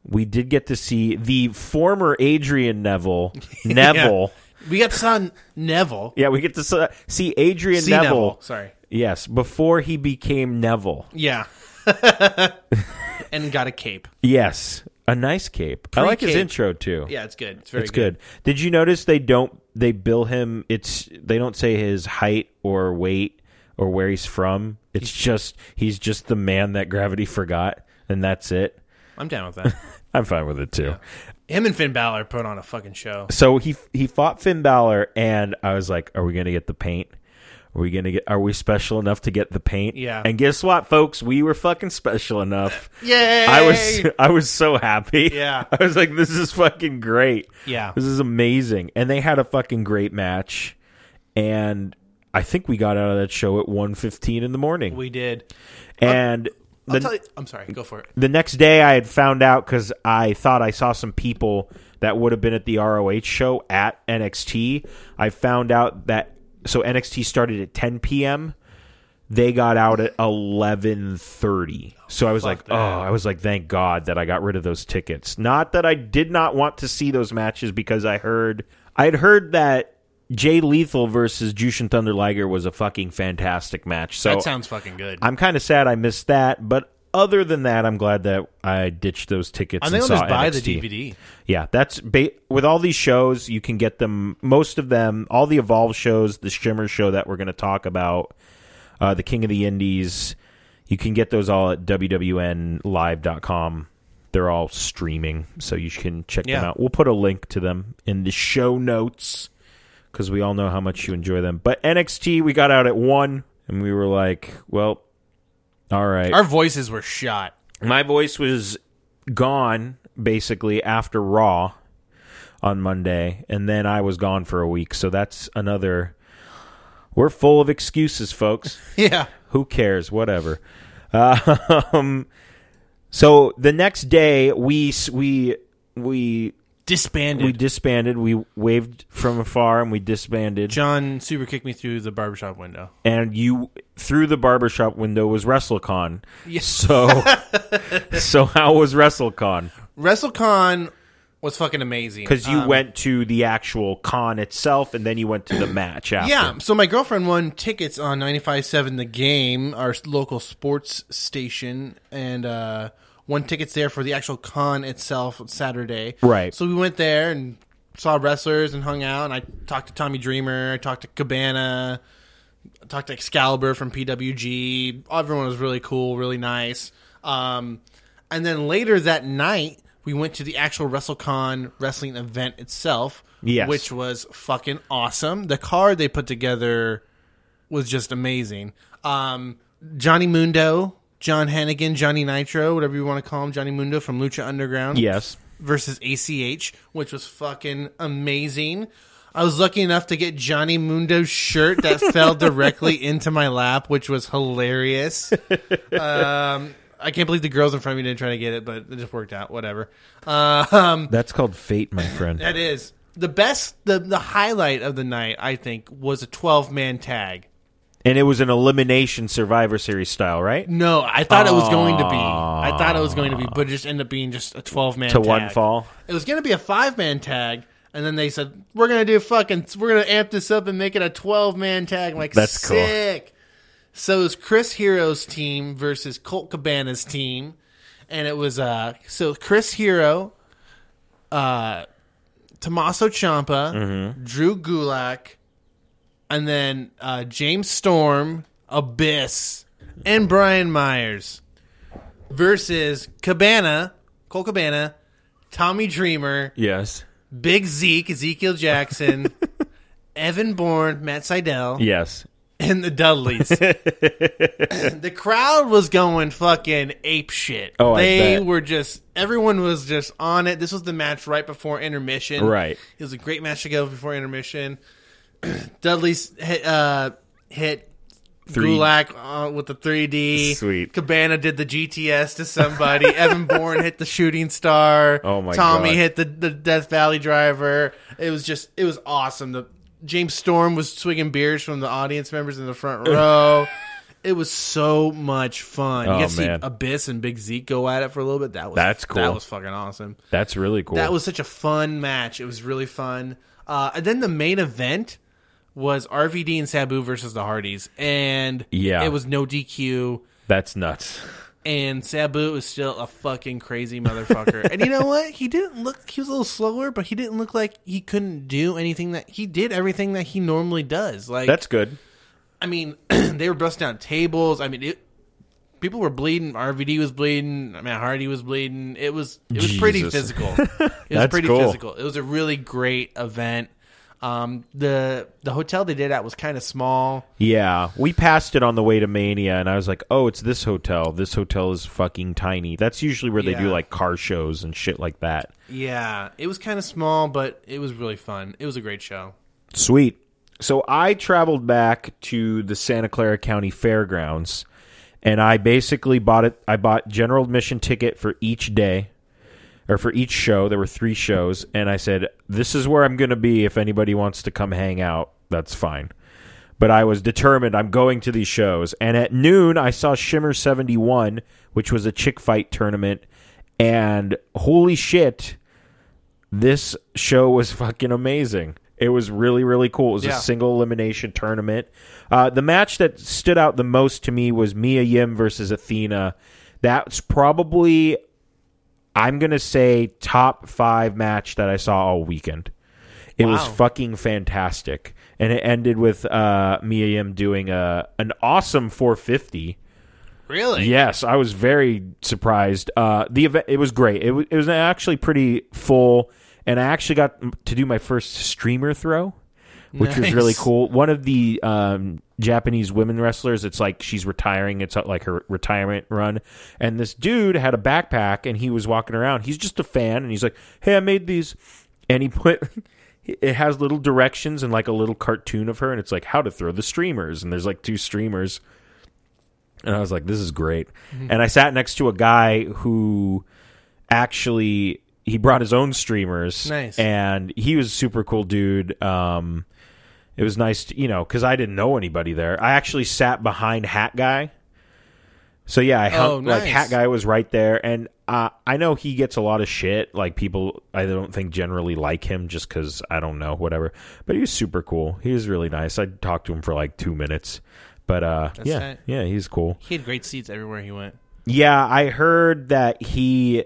Speaker 4: we did get to see the former
Speaker 5: [LAUGHS]
Speaker 4: Adrian Neville Neville.
Speaker 5: We got to saw Neville.
Speaker 4: yeah. we get to s- see Adrian
Speaker 5: See
Speaker 4: Neville.
Speaker 5: Sorry.
Speaker 4: Yes, before he became Neville. [LAUGHS]
Speaker 5: Yeah. and got a cape.
Speaker 4: Yes, a nice cape. I like his
Speaker 5: Pre-cape.
Speaker 4: intro too.
Speaker 5: Yeah, it's good. It's very
Speaker 4: it's good. Did you notice they don't they bill him? It's they don't say his height or weight or where he's from. It's just he's just the man that gravity forgot, and that's it.
Speaker 5: I'm down with that.
Speaker 4: I'm fine with it too.
Speaker 5: Him and Finn Balor put on a fucking show.
Speaker 4: So he he fought Finn Balor, and I was like, "Are we gonna get the paint? Are we gonna get? Are we special enough to get the paint?"
Speaker 5: Yeah.
Speaker 4: And guess what, folks? We were fucking special enough.
Speaker 5: [LAUGHS] Yay!
Speaker 4: I was [LAUGHS] I was so happy.
Speaker 5: Yeah.
Speaker 4: [LAUGHS] I was like, this is fucking great.
Speaker 5: Yeah.
Speaker 4: This is amazing. And they had a fucking great match. And I think we got out of that show at 1.15 in the morning.
Speaker 5: We did.
Speaker 4: and
Speaker 5: I'll
Speaker 4: the,
Speaker 5: tell you, I'm sorry. Go for it.
Speaker 4: the next day I had found out because I thought I saw some people that would have been at the ROH show at NXT. I found out that so NXT started at 10 p.m. They got out at 11:30. So I was like,
Speaker 5: that.
Speaker 4: "Oh, I was like, thank God that I got rid of those tickets." Not that I did not want to see those matches because I heard I had heard that Jay Lethal versus Jushin Thunder Liger was a fucking fantastic match. So
Speaker 5: That sounds fucking good.
Speaker 4: I'm kind of sad Oh, I missed that, but other than that, I'm glad that I ditched those tickets.
Speaker 5: I think I'll
Speaker 4: and saw
Speaker 5: just buy
Speaker 4: NXT.
Speaker 5: the DVD.
Speaker 4: Yeah, that's ba- with all these shows. You can get them, most of them, all the Evolve shows, the Shimmer show that we're going to talk about, uh, the King of the Indies. You can get those all at wwnlive.com. They're all streaming, so you can check them
Speaker 5: Yeah.
Speaker 4: out. We'll put a link to them in the show notes because we all know how much you enjoy them. But NXT, we got out at one, and we were like, "Well, all right."
Speaker 5: Our voices were shot.
Speaker 4: my voice was gone basically after Raw on Monday, and then I was gone for a week. So that's another. We're full of excuses, folks.
Speaker 5: Yeah.
Speaker 4: Who cares? Whatever. Uh, um, so the next day, we s- we we
Speaker 5: Disbanded.
Speaker 4: we disbanded. We waved from afar, and we disbanded.
Speaker 5: John super kicked me through the barbershop window.
Speaker 4: and you through the barbershop window was WrestleCon.
Speaker 5: [LAUGHS]
Speaker 4: Yes. So so how was WrestleCon?
Speaker 5: WrestleCon was fucking amazing.
Speaker 4: Because you went to the actual con itself, and then you went to the match after.
Speaker 5: Yeah, so my girlfriend won tickets on 95.7 The Game, our local sports station, and uh, won tickets there for the actual con itself on Saturday.
Speaker 4: Right.
Speaker 5: So we went there and saw wrestlers and hung out, and I talked to Tommy Dreamer, I talked to Cabana, I talked to Excalibur from PWG. Everyone was really cool, really nice. Um, and then later that night, we went to the actual WrestleCon wrestling event itself,
Speaker 4: Yes.
Speaker 5: which was fucking awesome. The card they put together was just amazing. Um, Johnny Mundo, John Hennigan, Johnny Nitro, whatever you want to call him, Johnny Mundo from Lucha Underground.
Speaker 4: Yes.
Speaker 5: Versus ACH, which was fucking amazing. I was lucky enough to get Johnny Mundo's shirt
Speaker 4: [LAUGHS]
Speaker 5: that fell directly into my lap, which was
Speaker 4: [LAUGHS]
Speaker 5: hilarious. Um, I can't believe the girls in front of me didn't try to get it, but it just worked out. Whatever. Uh, um,
Speaker 4: That's called fate, my friend.
Speaker 5: that is the best. The the highlight of the night, I think, was a twelve man tag.
Speaker 4: and it was an elimination Survivor Series style, right?
Speaker 5: No, I thought it was going to be. I thought it was going to be, but it just ended up being just a twelve man
Speaker 4: To one fall.
Speaker 5: It was going to be a five man tag, and then they said we're going to do fucking we're going to amp this up and make it a twelve man tag. I'm like
Speaker 4: That's cool.
Speaker 5: sick. So it was Chris Hero's team versus Colt Cabana's team, and it was uh so Chris Hero, uh, Tommaso
Speaker 4: Mm-hmm.
Speaker 5: Ciampa, Drew Gulak, and then uh, James Storm, Abyss, and Brian Myers versus Cabana, Cole Cabana, Tommy Dreamer,
Speaker 4: Yes.
Speaker 5: Big Zeke, Ezekiel
Speaker 4: [LAUGHS]
Speaker 5: Jackson, Evan Bourne, Matt Seidel,
Speaker 4: Yes.
Speaker 5: and the
Speaker 4: [LAUGHS]
Speaker 5: Dudleys. the crowd was going fucking ape shit.
Speaker 4: Oh, I
Speaker 5: they
Speaker 4: bet.
Speaker 5: were just everyone was just on it. This was the match right before intermission.
Speaker 4: Right.
Speaker 5: it was a great match to go before intermission. [CLEARS THROAT] Dudley's hit, uh, hit
Speaker 4: Three-
Speaker 5: Gulak uh, with the 3D.
Speaker 4: Sweet.
Speaker 5: Cabana did the GTS to somebody. Evan Bourne hit the shooting star.
Speaker 4: [LAUGHS] Oh, my
Speaker 5: Tommy
Speaker 4: God.
Speaker 5: hit the, the Death Valley driver. It was just it was awesome. The James Storm was swigging beers from the audience members in the front
Speaker 4: [LAUGHS]
Speaker 5: row. it was so much fun.
Speaker 4: Oh,
Speaker 5: you got to see
Speaker 4: man.
Speaker 5: Abyss and Big Zeke go at it for a little bit. That was
Speaker 4: That's cool.
Speaker 5: That was fucking awesome.
Speaker 4: That's really cool.
Speaker 5: That was such a fun match. It was really fun. Uh, and then the main event was RVD and Sabu versus the Hardys, and
Speaker 4: Yeah.
Speaker 5: it was no DQ.
Speaker 4: That's nuts.
Speaker 5: And Sabu is still a fucking crazy motherfucker. and you know what? He didn't look. He was a little slower, but he didn't look like he couldn't do anything that he did. Everything that he normally does. Like
Speaker 4: That's good.
Speaker 5: I mean, [CLEARS THROAT] they were busting down tables. I mean, it, people were bleeding. RVD was bleeding. Matt Hardy was bleeding. It was it was pretty
Speaker 4: Jesus. [LAUGHS]
Speaker 5: physical. It was
Speaker 4: That's
Speaker 5: pretty
Speaker 4: cool.
Speaker 5: physical. It was a really great event. Um, the the hotel they did at was kind of small.
Speaker 4: Yeah, we passed it on the way to Mania, and I was like, "Oh, it's this hotel. This hotel is fucking tiny." That's usually where they do
Speaker 5: Yeah.
Speaker 4: like car shows and shit like that.
Speaker 5: Yeah, it was kind of small, but it was really fun. It was a great show.
Speaker 4: Sweet. So I traveled back to the Santa Clara County Fairgrounds, and I basically bought it. I bought general admission ticket for each day, or for each show. There were three shows, and I said, "This is where I'm going to be. If anybody wants to come hang out, that's fine." But I was determined I'm going to these shows. And at noon, I saw Shimmer 71, which was a chick fight tournament. And holy shit, this show was [LAUGHS] fucking amazing. It was really, really cool. It was
Speaker 5: Yeah.
Speaker 4: a single elimination tournament. Uh, the match that stood out the most to me was Mia Yim versus Athena. That's probably, I'm going to say, top five match that I saw all weekend. It was
Speaker 5: Wow.
Speaker 4: fucking fantastic. And it ended with uh, Mia Yim doing a, an awesome 450.
Speaker 5: Really?
Speaker 4: Yes, I was very surprised. Uh, the event it was great. It was, it was actually pretty full, and I actually got m- to do my first streamer throw, which was really
Speaker 5: Nice.
Speaker 4: cool. One of the um, Japanese women wrestlers. It's like she's retiring. It's uh, like her retirement run, and this dude had a backpack and he was walking around. He's just a fan, and he's like, "Hey, I made these," and he put. [LAUGHS] It has little directions and like a little cartoon of her, and it's like how to throw the streamers, and there's like two streamers. And I was like, this is great.
Speaker 5: Mm-hmm.
Speaker 4: And I sat next to a guy who actually he brought his own streamers.
Speaker 5: Nice.
Speaker 4: And he was a super cool dude. Um it was nice to, you know, because I didn't know anybody there. I actually sat behind Hat Guy. So yeah, I hung,
Speaker 5: Oh,
Speaker 4: like
Speaker 5: nice.
Speaker 4: Hat Guy was right there, and uh, I know he gets a lot of shit. Like people, I don't think generally like him just because I don't know whatever. But he was super cool. He was really nice. I talked to him for like two minutes, but uh, yeah,
Speaker 5: tight.
Speaker 4: yeah, he's cool.
Speaker 5: He had great seats everywhere he went.
Speaker 4: Yeah, I heard that he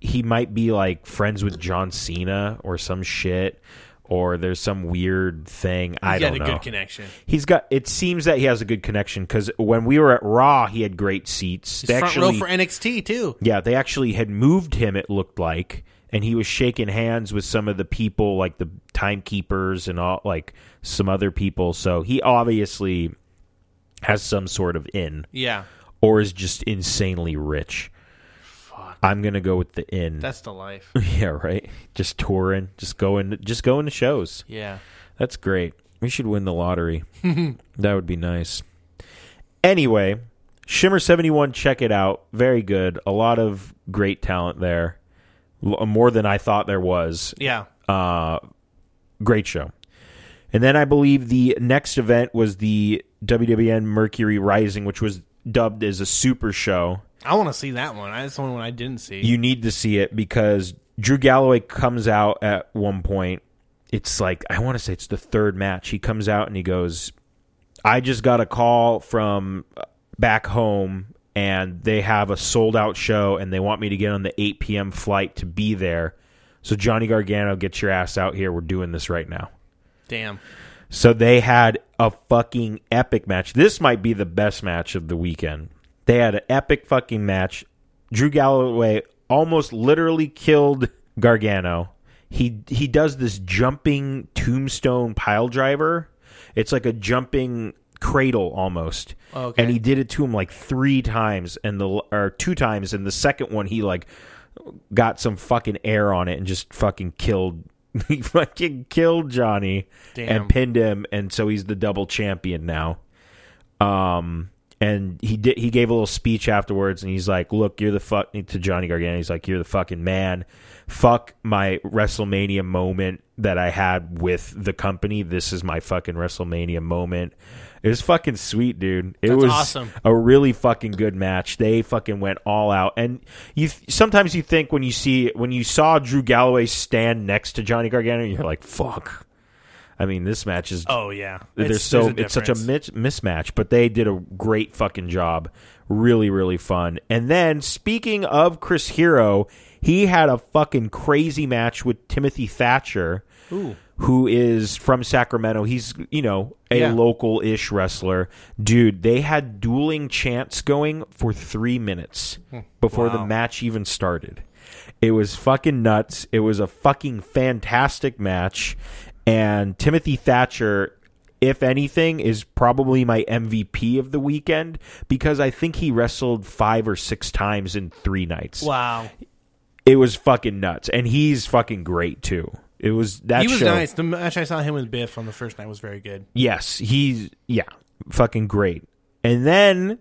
Speaker 4: he might be like friends with John Cena or some shit, or there's some weird thing. I
Speaker 5: He
Speaker 4: don't
Speaker 5: had a
Speaker 4: know.
Speaker 5: good connection.
Speaker 4: He's got. It seems that he has a good connection because when we were at Raw, he had great seats. They
Speaker 5: Front row
Speaker 4: actually,
Speaker 5: for NXT too.
Speaker 4: yeah, they actually had moved him. It looked like, and he was shaking hands with some of the people, like the timekeepers and all, like some other people. So he obviously has some sort of in,
Speaker 5: Yeah,
Speaker 4: or is just insanely rich. I'm gonna go with the in.
Speaker 5: that's the life.
Speaker 4: [LAUGHS] yeah, right. Just touring, just going, just going to shows.
Speaker 5: Yeah.
Speaker 4: That's great. We should win the lottery. that would be nice. Anyway, Shimmer 71, check it out. Very good. A lot of great talent there. L- uh, more than I thought there was.
Speaker 5: Yeah.
Speaker 4: Great show. And then I believe the next event was the WWN Mercury Rising, which was dubbed as a super show.
Speaker 5: I want to see that one. That's the only one I didn't see.
Speaker 4: you need to see it because Drew Galloway comes out at one point. It's like I want to say it's the third match. He comes out and he goes, "I just got a call from uh, back home, and they have a sold out show, and they want me to get on the 8 p.m. flight to be there. So Johnny Gargano, get your ass out here. We're doing this right now."
Speaker 5: Damn.
Speaker 4: So they had a fucking epic match. This might be the best match of the weekend. They had an epic fucking match. Drew Galloway almost literally killed Gargano. He he does this jumping tombstone pile driver. It's like a jumping cradle almost.
Speaker 5: Okay.
Speaker 4: And he did it to him like 3 times and the or 2 times and the second one he like got some fucking air on it and just fucking killed [LAUGHS] he fucking killed Johnny
Speaker 5: Damn.
Speaker 4: and pinned him and so he's the double champion now. Um and he did he gave a little speech afterwards and he's like, "Look, you're the fuck to Johnny Gargano. He's like, "You're the fucking man. Fuck my WrestleMania moment that I had with the company. This is my fucking WrestleMania moment." It was fucking sweet, dude. It
Speaker 5: That's
Speaker 4: was
Speaker 5: awesome.
Speaker 4: a really fucking good match. They fucking went all out, and you sometimes you think when you see when you saw Drew Galloway stand next to Johnny Gargano, you're like, "Fuck." I mean, this match is
Speaker 5: Oh yeah,
Speaker 4: they're
Speaker 5: It's-
Speaker 4: so
Speaker 5: there's
Speaker 4: it's such a
Speaker 5: difference.
Speaker 4: mis- mismatch, but they did a great fucking job. Really, really fun. And then speaking of Chris Hero, he had a fucking crazy match with Timothy Thatcher, who is from Sacramento. He's you know a
Speaker 5: Yeah.
Speaker 4: local ish wrestler, dude. They had dueling chants going for three minutes
Speaker 5: Hmm.
Speaker 4: before the match even started. It was fucking nuts. It was a fucking fantastic match. And Timothy Thatcher, if anything, is probably my MVP of the weekend because I think he wrestled five or six times in three nights.
Speaker 5: wow.
Speaker 4: It was fucking nuts. And he's fucking great too. It was that
Speaker 5: He was
Speaker 4: show-
Speaker 5: nice. The match I saw him with Biff on the first night was very good.
Speaker 4: Yes, he's yeah, fucking great. And then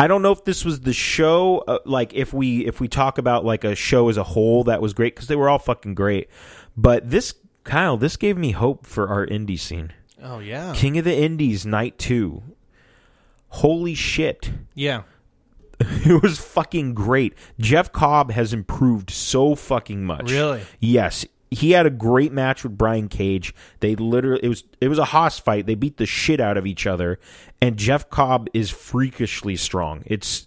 Speaker 4: I don't know if this was the show uh, like if we if we talk about like a show as a whole that was great cuz they were all fucking great. But this Kyle, this gave me hope for our indie scene.
Speaker 5: Oh yeah,
Speaker 4: King of the Indies night 2. Holy shit.
Speaker 5: yeah.
Speaker 4: [LAUGHS] It was fucking great. Jeff Cobb has improved so fucking much.
Speaker 5: Really?
Speaker 4: Yes. He had a great match with Brian Cage. They literally it was it was a hoss fight. They beat the shit out of each other and Jeff Cobb is freakishly strong. It's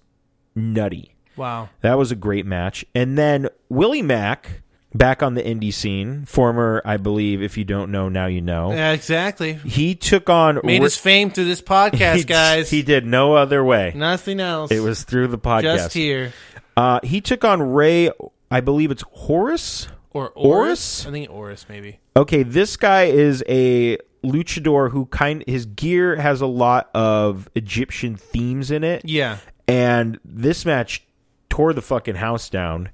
Speaker 4: nutty.
Speaker 5: Wow.
Speaker 4: That was a great match. And then Willie Mack back on the indie scene, former I believe if you don't know now you know.
Speaker 5: Yeah, exactly.
Speaker 4: He took on
Speaker 5: Made
Speaker 4: Ri-
Speaker 5: his fame through this podcast,
Speaker 4: [LAUGHS] he-
Speaker 5: guys.
Speaker 4: He did no other way.
Speaker 5: Nothing else.
Speaker 4: It was through the podcast.
Speaker 5: just here
Speaker 4: Uh, he took on Ray, I believe it's Horus.
Speaker 5: or Oris.
Speaker 4: Oris?
Speaker 5: I think Oris maybe.
Speaker 4: Okay, this guy is a luchador who kind his gear has a lot of Egyptian themes in it.
Speaker 5: Yeah.
Speaker 4: And this match tore the fucking house down.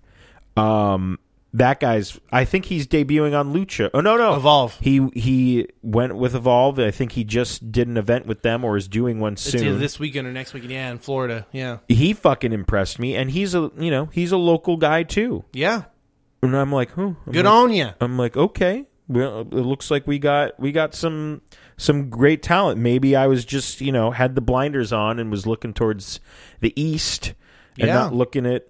Speaker 4: Um that guy's I think he's debuting on Lucha. Oh no, no.
Speaker 5: Evolve.
Speaker 4: He he went with Evolve. I think he just did an event with them or is doing one soon.
Speaker 5: It's either this weekend or next weekend. Yeah, in Florida. Yeah.
Speaker 4: he fucking impressed me and he's a, you know, he's a local guy too.
Speaker 5: Yeah.
Speaker 4: And I'm like, "Huh." I'm
Speaker 5: Good
Speaker 4: like,
Speaker 5: on you.
Speaker 4: I'm like, okay, well, it looks like we got we got some some great talent. Maybe I was just you know had the blinders on and was looking towards the east and
Speaker 5: Yeah.
Speaker 4: not looking at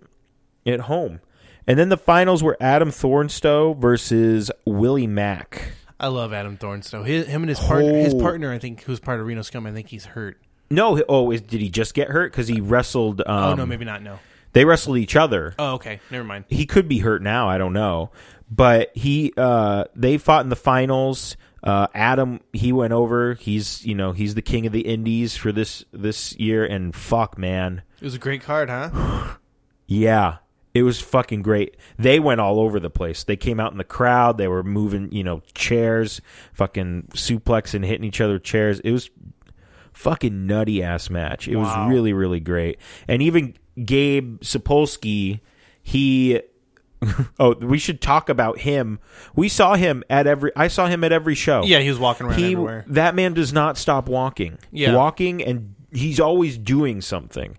Speaker 4: at home. And then the finals were Adam Thornstow versus Willie Mack.
Speaker 5: I love Adam Thornstow. His, him and his partner, his
Speaker 4: Oh.
Speaker 5: partner, I think, who's part of Reno Scum. I think he's hurt.
Speaker 4: No, he- oh, is, did he just get hurt? Because he wrestled. Um,
Speaker 5: Oh no, maybe not. No.
Speaker 4: they wrestled each other.
Speaker 5: Oh okay, never mind.
Speaker 4: he could be hurt now. I don't know, but he uh, they fought in the finals. Uh, Adam he went over. He's you know he's the king of the Indies for this this year. And fuck man,
Speaker 5: It was a great card, huh?
Speaker 4: yeah, it was fucking great. They went all over the place. They came out in the crowd. They were moving you know chairs, fucking suplexing, hitting each other with chairs. It was fucking nutty ass match. It was really really great. And even Gabe Sapolsky, he [LAUGHS] oh, we should talk about him. We saw him at every. I saw him at every show.
Speaker 5: Yeah, he was walking around
Speaker 4: he
Speaker 5: everywhere.
Speaker 4: that man does not stop walking.
Speaker 5: Yeah.
Speaker 4: walking and he's always doing something.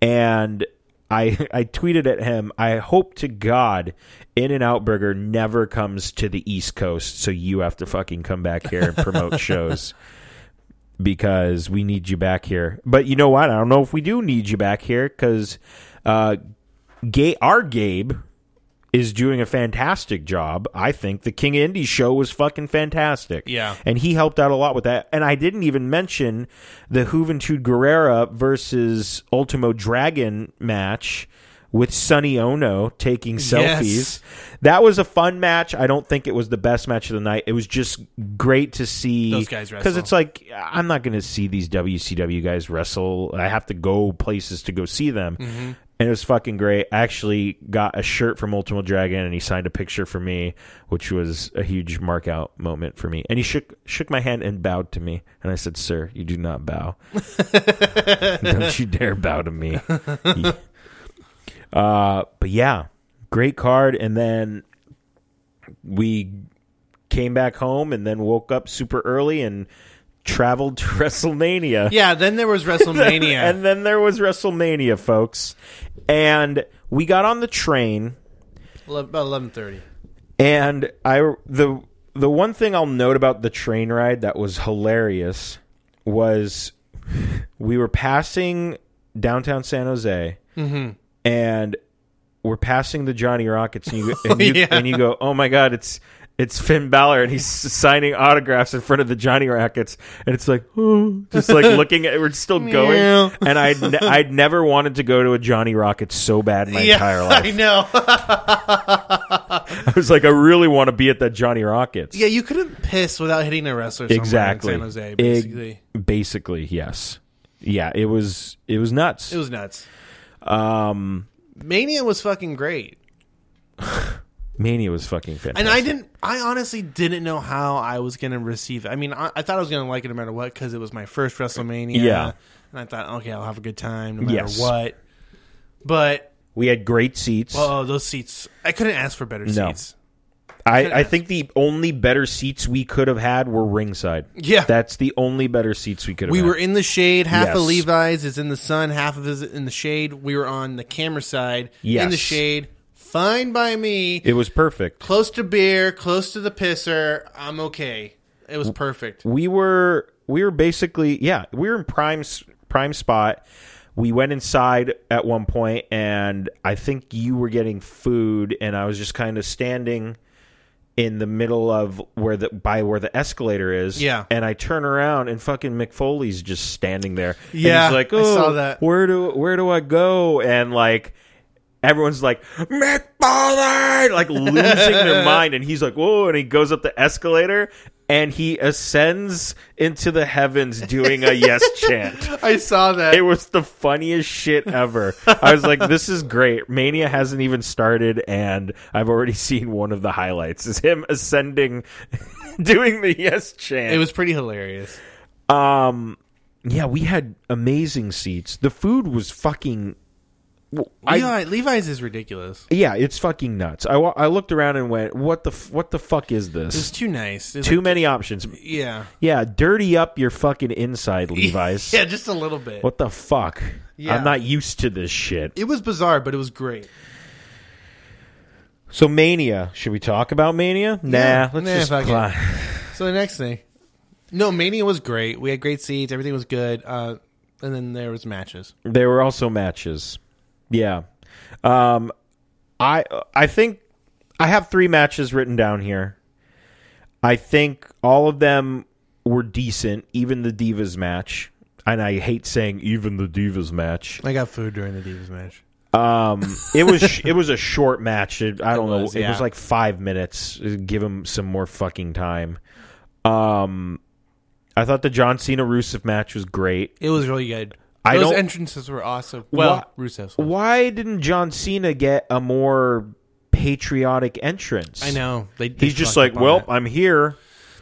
Speaker 4: And I I tweeted at him. I hope to God. In and Out Burger never comes to the East Coast, so you have to fucking come back here and promote shows because we need you back here. But you know what? I don't know if we do need you back here because uh, Ga- our Gabe is doing a fantastic job. I think the King of Indie show was fucking fantastic.
Speaker 5: Yeah.
Speaker 4: And he helped out a lot with that. And I didn't even mention the Juventud Guerrera versus Ultimo Dragon match with Sonny Ono taking selfies.
Speaker 5: Yes.
Speaker 4: That was a fun match. I don't think it was the best match of the night. It was just great to see
Speaker 5: Those guys
Speaker 4: because
Speaker 5: wrestle.
Speaker 4: it's like I'm not going to see these WCW guys wrestle. I have to go places to go see them.
Speaker 5: Mm-hmm.
Speaker 4: And it was fucking great. I actually got a shirt from Ultimate Dragon, and he signed a picture for me, which was a huge mark out moment for me. And he shook shook my hand and bowed to me, and I said, "Sir, you do
Speaker 5: [LAUGHS]
Speaker 4: not bow. [LAUGHS] Don't you dare bow to me." Uh, but yeah, great card. And then we came back home and then woke up super early and traveled [LAUGHS] to WrestleMania.
Speaker 5: Yeah, then
Speaker 4: [LAUGHS]
Speaker 5: there was WrestleMania.
Speaker 4: and then there was WrestleMania, folks. And we got on the train
Speaker 5: Ele- about eleven thirty.
Speaker 4: and I the the one thing I'll note about the train ride that was hilarious was we were passing downtown San Jose,
Speaker 5: Mm-hmm.
Speaker 4: and we're passing the Johnny Rockets, and you,
Speaker 5: [LAUGHS]
Speaker 4: and, you
Speaker 5: yeah.
Speaker 4: and you go, "Oh my God, it's it's Finn Balor," and he's signing autographs in front of the Johnny Rockets, and it's like, [GASPS] oh, just like looking at we're
Speaker 5: [LAUGHS]
Speaker 4: still going,
Speaker 5: Meow.
Speaker 4: and I would I'd never wanted to go to a Johnny Rockets so bad
Speaker 5: [LAUGHS]
Speaker 4: in my entire life. [LAUGHS]
Speaker 5: I know. [LAUGHS]
Speaker 4: I was like, I really want to be at that Johnny Rockets.
Speaker 5: yeah, you couldn't piss without hitting a wrestler. somewhere
Speaker 4: exactly
Speaker 5: in San Jose,
Speaker 4: Ig-
Speaker 5: basically.
Speaker 4: basically, yes yeah it was it was nuts
Speaker 5: it was nuts.
Speaker 4: um
Speaker 5: Mania was fucking great.
Speaker 4: mania was fucking fantastic
Speaker 5: And I didn't. I honestly didn't know how I was gonna receive it. I mean, I, I thought I was gonna like it no matter what because it was my first WrestleMania.
Speaker 4: Yeah.
Speaker 5: and I thought, okay, I'll have a good time no matter
Speaker 4: Yes.
Speaker 5: what. But
Speaker 4: we had great seats
Speaker 5: oh, those seats! I couldn't ask for better
Speaker 4: No.
Speaker 5: seats.
Speaker 4: I, I think the only better seats we could have had were ringside
Speaker 5: Yeah.
Speaker 4: that's the only better seats we could have
Speaker 5: We
Speaker 4: had.
Speaker 5: were in the shade. Half
Speaker 4: Yes.
Speaker 5: of Levi's is in the sun. Half of it is in the shade. We were on the camera side in the
Speaker 4: Yes.
Speaker 5: shade. Fine by me.
Speaker 4: it was perfect
Speaker 5: close to beer, close to the pisser. I'm okay. It was perfect.
Speaker 4: we were we were basically yeah we were in prime s- prime spot we went inside at one point and i think you were getting food and i was just kind of standing in the middle of where the by where the escalator is
Speaker 5: Yeah.
Speaker 4: and i turn around and fucking mcfoley's just standing there And
Speaker 5: Yeah,
Speaker 4: he's like
Speaker 5: I
Speaker 4: oh
Speaker 5: saw that."
Speaker 4: where do where do i go and like Everyone's like McFoley, like losing
Speaker 5: [LAUGHS]
Speaker 4: their mind, and he's like, "Whoa!" And he goes up the escalator and he ascends into the heavens, doing a
Speaker 5: [LAUGHS]
Speaker 4: yes chant.
Speaker 5: I saw that.
Speaker 4: It was the funniest shit ever. I was like, "This is great." Mania hasn't even started, and I've already seen one of the highlights: is him ascending, [LAUGHS] doing the yes chant.
Speaker 5: It was pretty hilarious.
Speaker 4: Um, yeah, we had amazing seats. The food was fucking. I-
Speaker 5: Levi, Levi's is ridiculous.
Speaker 4: Yeah, it's fucking nuts. I, wa- I looked around and went, "What the f- what the fuck is
Speaker 5: It's
Speaker 4: this?"
Speaker 5: too nice. It's
Speaker 4: Too
Speaker 5: like-
Speaker 4: many options.
Speaker 5: yeah.
Speaker 4: Yeah, dirty up your
Speaker 5: [LAUGHS]
Speaker 4: fucking inside, Levi's.
Speaker 5: Yeah, just a little bit.
Speaker 4: What the fuck?
Speaker 5: Yeah.
Speaker 4: I'm not used to this shit.
Speaker 5: It was bizarre, but it was great.
Speaker 4: So Mania, should we talk about Mania? Nah,
Speaker 5: Yeah.
Speaker 4: let's
Speaker 5: Nah,
Speaker 4: just
Speaker 5: fuck it.
Speaker 4: climb.
Speaker 5: So the next thing, no, Mania was great. We had great seats. Everything was good. Uh, and then there was matches.
Speaker 4: There were also matches. Yeah. Um I I think I have 3 matches written down here. I think all of them were decent, even the Divas match. And I hate saying even the Divas match.
Speaker 5: I got food during the Divas match.
Speaker 4: Um, it was it was a short match. It, I don't
Speaker 5: was,
Speaker 4: know. It
Speaker 5: yeah.
Speaker 4: was like five minutes. Give him some more fucking time. Um, I thought the John Cena Rusev match was great.
Speaker 5: It was really good.
Speaker 4: I
Speaker 5: Those
Speaker 4: don't-
Speaker 5: entrances were awesome. Well,
Speaker 4: Wha-
Speaker 5: Rusev's. was.
Speaker 4: Why didn't John Cena get a more patriotic entrance?
Speaker 5: I know. They, they
Speaker 4: He's just
Speaker 5: fucked
Speaker 4: like,
Speaker 5: up on
Speaker 4: well,
Speaker 5: that.
Speaker 4: I'm here.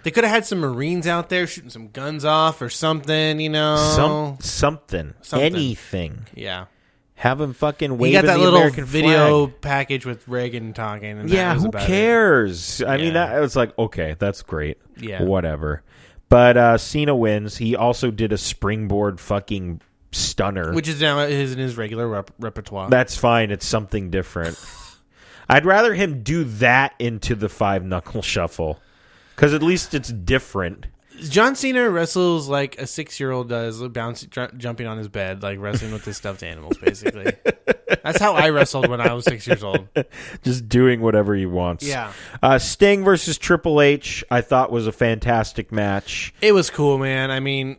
Speaker 5: they could have had some Marines out there shooting some guns off or something. You know, Oh.
Speaker 4: Some something,
Speaker 5: Something.
Speaker 4: anything.
Speaker 5: yeah.
Speaker 4: Have him fucking
Speaker 5: We
Speaker 4: waving
Speaker 5: got that
Speaker 4: the
Speaker 5: little
Speaker 4: American
Speaker 5: video
Speaker 4: flag.
Speaker 5: package with Reagan talking. And that
Speaker 4: Yeah,
Speaker 5: was
Speaker 4: who
Speaker 5: about it.
Speaker 4: cares? I mean,
Speaker 5: Yeah.
Speaker 4: that it's like okay, that's great.
Speaker 5: Yeah.
Speaker 4: whatever. But uh, Cena wins. He also did a springboard fucking stunner,
Speaker 5: Which is now is in his regular rep- repertoire.
Speaker 4: that's fine. It's something different. I'd rather him do that into the five knuckle [LAUGHS] shuffle because at least it's different.
Speaker 5: John Cena wrestles like a six year old does, bouncing, ju- jumping on his bed, like wrestling with his stuffed animals,
Speaker 4: [LAUGHS]
Speaker 5: basically. That's how I wrestled when I was six years old.
Speaker 4: [LAUGHS] just doing whatever he wants.
Speaker 5: Yeah.
Speaker 4: Uh, Sting versus Triple H, I thought was a fantastic match.
Speaker 5: It was cool, man. I mean,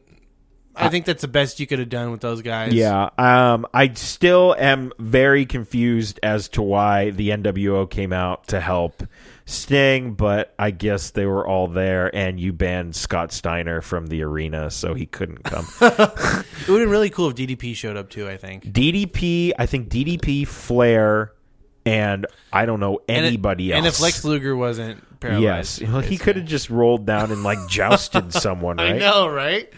Speaker 5: I think that's the best you could have done with those guys.
Speaker 4: Yeah, um, I still am very confused as to why the NWO came out to help Sting, but I guess they were all there, and you banned Scott Steiner from the arena, so he couldn't come.
Speaker 5: It would have been really cool if DDP showed up too, I think.
Speaker 4: DDP, I think DDP, Flair, and I don't know
Speaker 5: And it-
Speaker 4: anybody
Speaker 5: And
Speaker 4: else.
Speaker 5: if Lex Luger wasn't
Speaker 4: yes,
Speaker 5: paralyzed.
Speaker 4: Well, he could have just rolled down
Speaker 5: [LAUGHS]
Speaker 4: and like jousted someone, right?
Speaker 5: I know, right?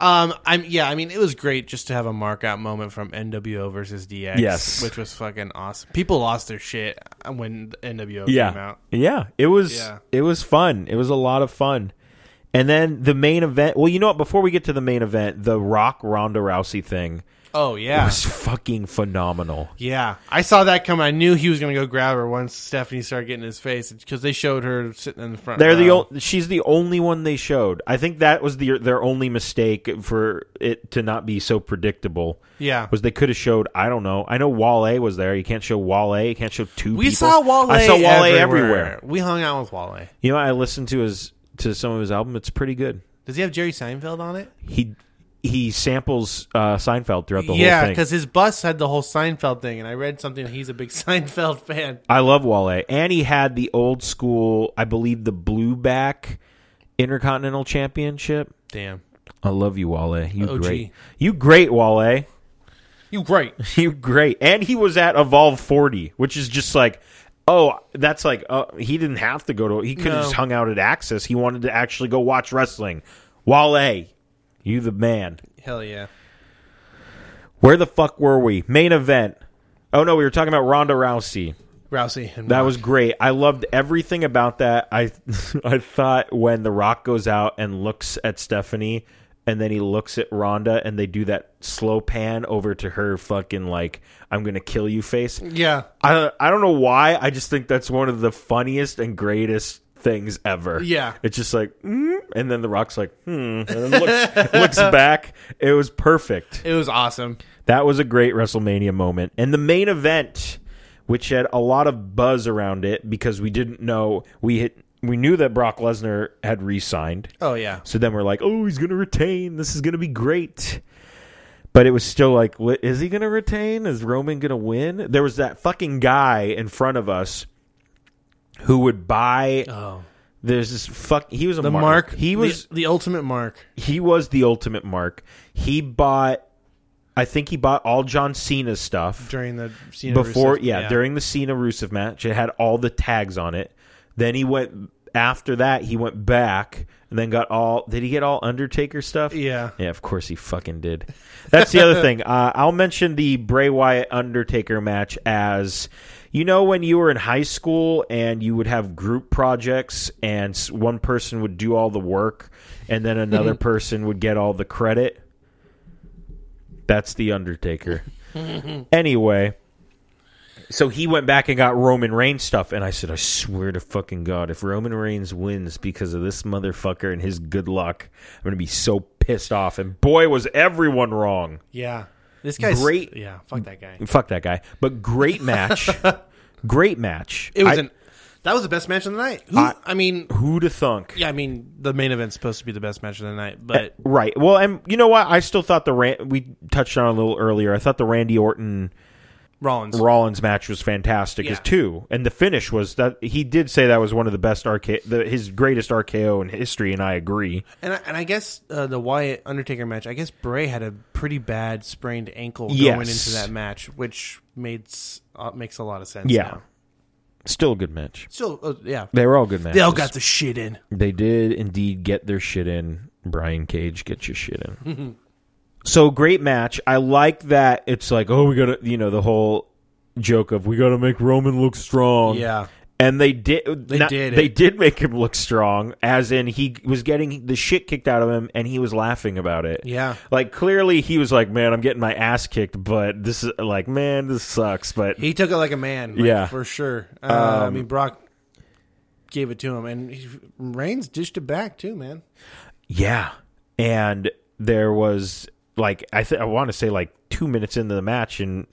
Speaker 5: Um, I'm yeah. I mean, it was great just to have a mark out moment from NWO versus DX.
Speaker 4: Yes.
Speaker 5: which was fucking awesome. People lost their shit when NWO came
Speaker 4: Yeah,
Speaker 5: out.
Speaker 4: yeah. It was
Speaker 5: Yeah.
Speaker 4: it was fun. It was a lot of fun. And then the main event. Well, you know what? Before we get to the main event, the Rock Ronda Rousey thing
Speaker 5: Oh yeah,
Speaker 4: was fucking phenomenal.
Speaker 5: yeah. I saw that coming. I knew he was gonna go grab her once Stephanie started getting in his face because they showed her sitting in the front.
Speaker 4: They're the
Speaker 5: row.
Speaker 4: o- she's the only one they showed. I think that was the their only mistake for it to not be so predictable.
Speaker 5: Yeah.
Speaker 4: was they could have showed I don't know. I know Wale was there. You can't show Wale. You can't show two.
Speaker 5: We
Speaker 4: people.
Speaker 5: saw Wale.
Speaker 4: I saw Wale
Speaker 5: everywhere.
Speaker 4: everywhere.
Speaker 5: We hung out with Wale.
Speaker 4: You know, I listened to his to some of his album. It's pretty good.
Speaker 5: Does he have Jerry Seinfeld on it?
Speaker 4: He he samples uh, Seinfeld throughout the
Speaker 5: yeah,
Speaker 4: whole thing.
Speaker 5: because his bus had the whole Seinfeld thing, and I read something. He's a big [LAUGHS] Seinfeld fan.
Speaker 4: I love Wale, and he had the old school. I believe the blue back Intercontinental Championship.
Speaker 5: Damn,
Speaker 4: I love you, Wale. You
Speaker 5: OG.
Speaker 4: great. You great, Wale.
Speaker 5: you great.
Speaker 4: You great. And he was at Evolve 40, which is just like, oh, that's like, uh, he didn't have to go to, he could have
Speaker 5: No.
Speaker 4: just hung out at Access. He wanted to actually go watch wrestling. Wale, you the man.
Speaker 5: Hell yeah.
Speaker 4: Where the fuck were we? Main event. Oh, no, we were talking about Ronda Rousey.
Speaker 5: Rousey and
Speaker 4: That
Speaker 5: Rock.
Speaker 4: was great. I loved everything about that. I [LAUGHS] I thought when The Rock goes out and looks at Stephanie and then he looks at Rhonda and they do that slow pan over to her fucking like I'm going to kill you face.
Speaker 5: yeah.
Speaker 4: I I don't know why. I just think that's one of the funniest and greatest things ever.
Speaker 5: Yeah.
Speaker 4: It's just like, mm, and then The Rock's like, hmm, and then looks, [LAUGHS] looks back. It was perfect.
Speaker 5: It was awesome.
Speaker 4: That was a great WrestleMania moment. And the main event, which had a lot of buzz around it because we didn't know we hit, we knew that Brock Lesnar had re-signed.
Speaker 5: Oh yeah.
Speaker 4: So then we're like, oh, he's going to retain. This is going to be great. But it was still like, wh- is he going to retain? Is Roman going to win? There was that fucking guy in front of us who would buy.
Speaker 5: Oh.
Speaker 4: There's this fuck. He was a
Speaker 5: The mark.
Speaker 4: He was
Speaker 5: the, the ultimate mark.
Speaker 4: he was the ultimate mark. He bought. I think he bought all John Cena's stuff
Speaker 5: during the Cena
Speaker 4: before
Speaker 5: Rusev-
Speaker 4: yeah, during the Cena Rusev match. It had all the tags on it. Then he went after that. He went back and then got all. Did he get all Undertaker stuff?
Speaker 5: Yeah.
Speaker 4: Yeah, of course he fucking did. That's the other thing. Uh, I'll mention the Bray Wyatt Undertaker match as you know when you were in high school and you would have group projects and s- one person would do all the work and then another person would get all the credit. That's the Undertaker. anyway, so he went back and got Roman Reigns stuff, and I said, I swear to fucking God, if Roman Reigns wins because of this motherfucker and his good luck, I'm gonna be so pissed off. And boy, was everyone wrong.
Speaker 5: Yeah. This guy's
Speaker 4: Great-
Speaker 5: Yeah. Fuck that guy.
Speaker 4: Fuck that guy. But
Speaker 5: [LAUGHS]
Speaker 4: great match, great match.
Speaker 5: It was
Speaker 4: I-
Speaker 5: an. That was the best match of the night. Who,
Speaker 4: I-
Speaker 5: I, mean,
Speaker 4: who to thunk.
Speaker 5: yeah. I mean, the main event's supposed to be the best match of the night, but
Speaker 4: Right. Well, and you know what? I still thought the Ran- we touched on it a little earlier. I thought the Randy Orton
Speaker 5: Rollins.
Speaker 4: Rollins match was fantastic as
Speaker 5: Yeah.
Speaker 4: too, and the finish was that he did say that was one of the best RK, the, his greatest RKO in history, and I agree.
Speaker 5: And I, and I guess uh, the Wyatt Undertaker match. I guess Bray had a pretty bad sprained ankle going
Speaker 4: Yes.
Speaker 5: into that match, which made s- uh, makes a lot of sense.
Speaker 4: Yeah.
Speaker 5: now.
Speaker 4: Still a good match.
Speaker 5: Still, uh, yeah.
Speaker 4: They were all good matches.
Speaker 5: They all got the shit in.
Speaker 4: They did indeed get their shit in. Brian Cage, get your shit in.
Speaker 5: [LAUGHS]
Speaker 4: so great match. I like that. It's like, oh, we gotta, you know, the whole joke of we gotta make Roman look strong.
Speaker 5: Yeah.
Speaker 4: And they did. They
Speaker 5: did
Speaker 4: They
Speaker 5: it.
Speaker 4: did make him look strong, as in he was getting the shit kicked out of him, and he was laughing about it.
Speaker 5: Yeah.
Speaker 4: Like clearly, he was like, "Man, I'm getting my ass kicked," but this is like, "Man, this sucks." But
Speaker 5: He took it like a man, like,
Speaker 4: Yeah.
Speaker 5: for sure. Uh, I mean, Brock gave it to him, and he, Reigns dished it back too, man.
Speaker 4: Yeah. And there was like I th- I want to say like 2 minutes into the match and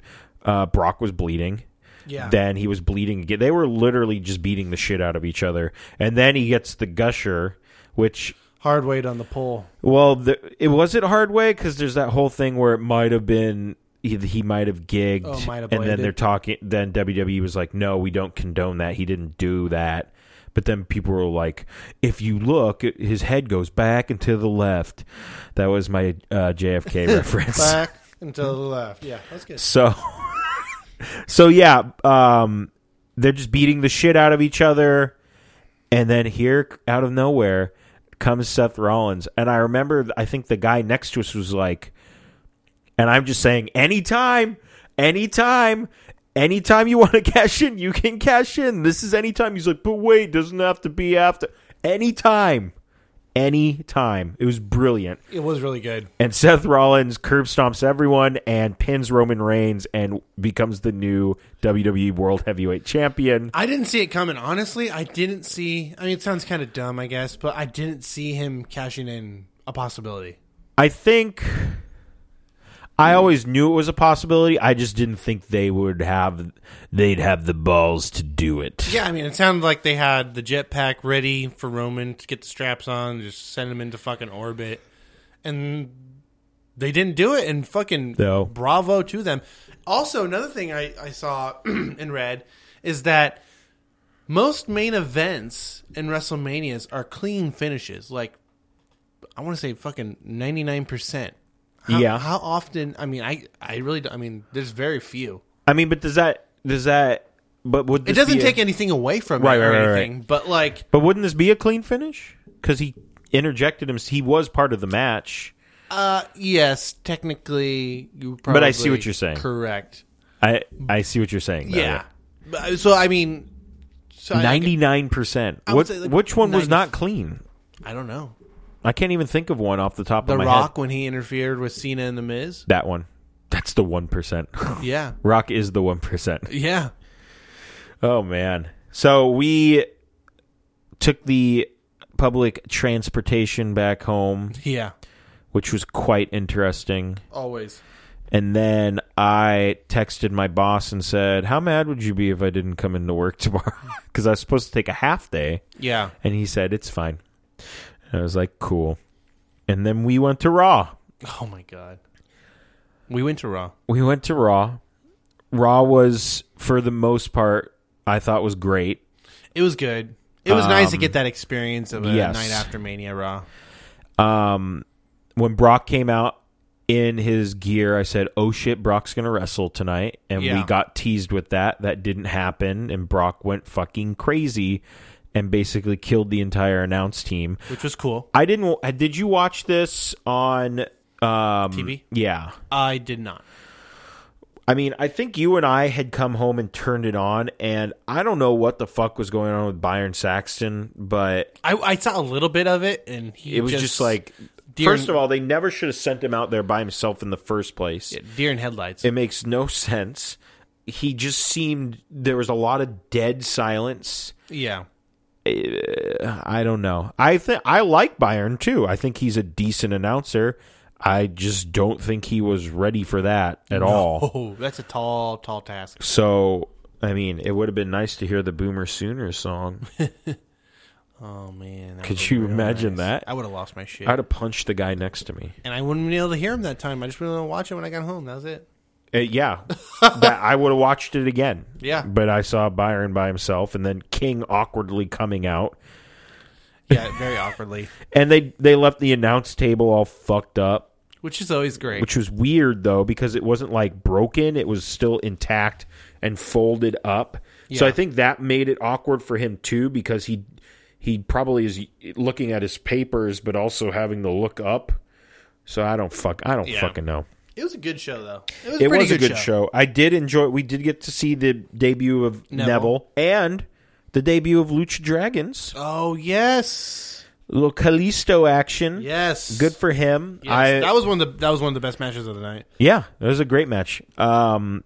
Speaker 4: uh Brock was bleeding.
Speaker 5: Yeah.
Speaker 4: Then he was bleeding again. They were literally just beating the shit out of each other. And then he gets the gusher which
Speaker 1: hard weight on the pole.
Speaker 4: Well, the, it was it hard way because there's that whole thing where it might have been he, he might have gigged,
Speaker 1: Oh, might have
Speaker 4: and then
Speaker 1: blamed
Speaker 4: they're
Speaker 1: it.
Speaker 4: talking. Then WWE was like, "No, we don't condone that. He didn't do that." But then people were like, "If you look, it- his head goes back and to the left." That was my uh,
Speaker 1: [LAUGHS]
Speaker 4: JFK reference.
Speaker 1: Back and to the left. Yeah, that's good.
Speaker 4: So, [LAUGHS] so yeah, um, they're just beating the shit out of each other, and then here, out of nowhere, comes Seth Rollins. And I remember, I think the guy next to us was like, and I'm just saying, anytime, anytime. Anytime you want to [LAUGHS] cash in, you can cash in. This is anytime. He's like, but wait, doesn't have to be after. Anytime. Anytime. It was brilliant
Speaker 1: It was really good.
Speaker 4: and Seth Rollins curb stomps everyone and pins Roman Reigns and becomes the new WWE World Heavyweight Champion.
Speaker 5: I didn't see it coming. Honestly, I didn't see. I mean, it sounds kind of dumb, I guess, but I didn't see him cashing in a possibility.
Speaker 4: I think I always knew it was a possibility. I just didn't think they would have they'd have the balls to do it.
Speaker 5: Yeah, I mean, it sounded like they had the jetpack ready for Roman to get the straps on, just send him into fucking orbit, and they didn't do it. And fucking
Speaker 4: No.
Speaker 5: bravo to them. Also, another thing I, I saw [CLEARS THROAT] and read is that most main events in WrestleManias are clean finishes. Like, I want to say fucking ninety nine percent.
Speaker 4: Yeah.
Speaker 5: How often? I mean, I I really. don't- I mean, there's very few.
Speaker 4: I mean, but does that does that but would
Speaker 5: It
Speaker 4: this
Speaker 5: doesn't
Speaker 4: be a-
Speaker 5: take anything away from
Speaker 4: Right,
Speaker 5: it or
Speaker 4: right, right, right.
Speaker 5: anything, but like.
Speaker 4: But wouldn't this be a clean finish? Cuz he interjected him he was part of the match.
Speaker 5: Uh, yes, technically, you probably.
Speaker 4: But I see what you're saying.
Speaker 5: Correct.
Speaker 4: I I see what you're saying. though,
Speaker 5: Yeah. But- So I mean, so I-
Speaker 4: Ninety nine percent.
Speaker 5: would
Speaker 4: What?
Speaker 5: say, like,
Speaker 4: Which one
Speaker 5: 90
Speaker 4: was not clean?
Speaker 5: I, don't know.
Speaker 4: I can't even think of one off the top
Speaker 5: The
Speaker 4: of my
Speaker 5: Rock
Speaker 4: head.
Speaker 5: when he interfered with Cena and the Miz.
Speaker 4: That one. That's the one percent. [LAUGHS]
Speaker 5: Yeah.
Speaker 4: Rock is the one percent.
Speaker 5: Yeah.
Speaker 4: Oh man. So we took the public transportation back home,
Speaker 5: Yeah.
Speaker 4: which was quite interesting.
Speaker 5: Always.
Speaker 4: And then I texted my boss and said, "How mad would you be if I didn't come into work [LAUGHS] tomorrow? Because I was supposed to take a half day."
Speaker 5: Yeah.
Speaker 4: And he said, "It's fine." And I was like, "Cool." And then we went to Raw.
Speaker 5: Oh my god. We went to Raw.
Speaker 4: we went to Raw. Raw was, for the most part, I thought was great.
Speaker 5: It was good. It was nice to get that experience of a
Speaker 4: Um, yes.
Speaker 5: night after Mania Raw.
Speaker 4: Um, when Brock came out in his gear, I said, "Oh shit, Brock's gonna wrestle tonight," and we
Speaker 5: Yeah.
Speaker 4: got teased with that. That didn't happen, and Brock went fucking crazy and basically killed the entire announce team.
Speaker 5: Which was cool.
Speaker 4: I didn't. Did you watch this on um,
Speaker 5: TV?
Speaker 4: Yeah.
Speaker 5: I did not.
Speaker 4: I mean, I think you and I had come home and turned it on, and I don't know what the fuck was going on with Byron Saxton, but
Speaker 5: I, I saw a little bit of it, and he
Speaker 4: it was just, like,
Speaker 5: deer
Speaker 4: first
Speaker 5: in-
Speaker 4: of all, they never should have sent him out there by himself in the first place.
Speaker 5: deer in headlights.
Speaker 4: It makes no sense. He just seemed there was a lot of dead silence.
Speaker 5: yeah.
Speaker 4: I don't know. I think I like Byron too. I think he's a decent announcer. I just don't think he was ready for that at all.
Speaker 5: [LAUGHS] Oh, that's a tall, tall task.
Speaker 4: So, I mean, it would have been nice to hear the Boomer Sooner song.
Speaker 5: Oh man! that
Speaker 4: Could
Speaker 5: was
Speaker 4: you
Speaker 5: real
Speaker 4: imagine that?
Speaker 5: I would have lost my shit,
Speaker 4: I'd have punched the guy next to me.
Speaker 5: and I wouldn't be able to hear him that time. I just wouldn't watch it when I got home. That was it.
Speaker 4: Uh, yeah, that, I would have watched it again.
Speaker 5: Yeah.
Speaker 4: but I saw Byron by himself, and then King awkwardly coming out, [LAUGHS]
Speaker 5: Yeah, very awkwardly,
Speaker 4: and they they left the announce table all fucked up,
Speaker 5: which is always great.
Speaker 4: which was weird though because it wasn't like broken; it was still intact and folded up. So
Speaker 5: Yeah.
Speaker 4: I think that made it awkward for him too because he he probably is looking at his papers, but also having to look up. So I don't fuck I don't
Speaker 5: Yeah.
Speaker 4: fucking know.
Speaker 5: it was a good show, though. It was,
Speaker 4: it
Speaker 5: pretty
Speaker 4: was a good show. I did enjoy. We did get to see the debut of Neville,
Speaker 5: Neville.
Speaker 4: and the debut of Lucha Dragons.
Speaker 5: Oh yes,
Speaker 4: little Kalisto action.
Speaker 5: yes,
Speaker 4: good for him.
Speaker 5: Yes.
Speaker 4: I
Speaker 5: that was one of the that was one of the best matches of the night.
Speaker 4: yeah, that was a great match. Um,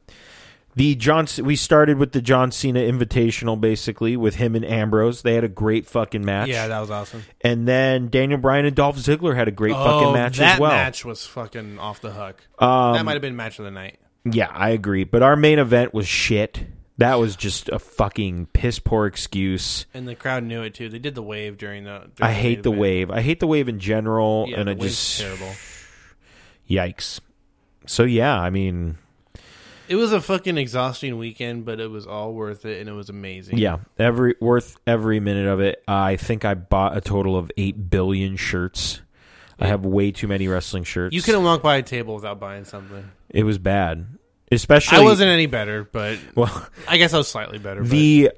Speaker 4: the John C- we started with the John Cena Invitational basically with him and Ambrose. They had a great fucking match.
Speaker 5: Yeah, that was awesome.
Speaker 4: and then Daniel Bryan and Dolph Ziggler had a great fucking
Speaker 5: oh,
Speaker 4: match
Speaker 5: that
Speaker 4: as well. Um,
Speaker 5: match was fucking off the hook. that might have been match of the night.
Speaker 4: Yeah, I agree. But our main event was shit. That was just a fucking piss poor excuse.
Speaker 5: And the crowd knew it too. They did the wave during the. during
Speaker 4: I hate the
Speaker 5: main event.
Speaker 4: wave. I hate the wave in general,
Speaker 5: Yeah,
Speaker 4: and
Speaker 5: the
Speaker 4: I
Speaker 5: wave's
Speaker 4: just
Speaker 5: terrible.
Speaker 4: yikes. So yeah, I mean,
Speaker 5: It was a fucking exhausting weekend, but it was all worth it, and it was amazing.
Speaker 4: yeah, every worth every minute of it. I think I bought a total of eight billion shirts. I have way too many wrestling shirts.
Speaker 5: you couldn't walk by a table without buying something.
Speaker 4: It was bad, especially
Speaker 5: I wasn't any better, but
Speaker 4: [LAUGHS] well.
Speaker 5: I guess I was slightly better. but-
Speaker 4: the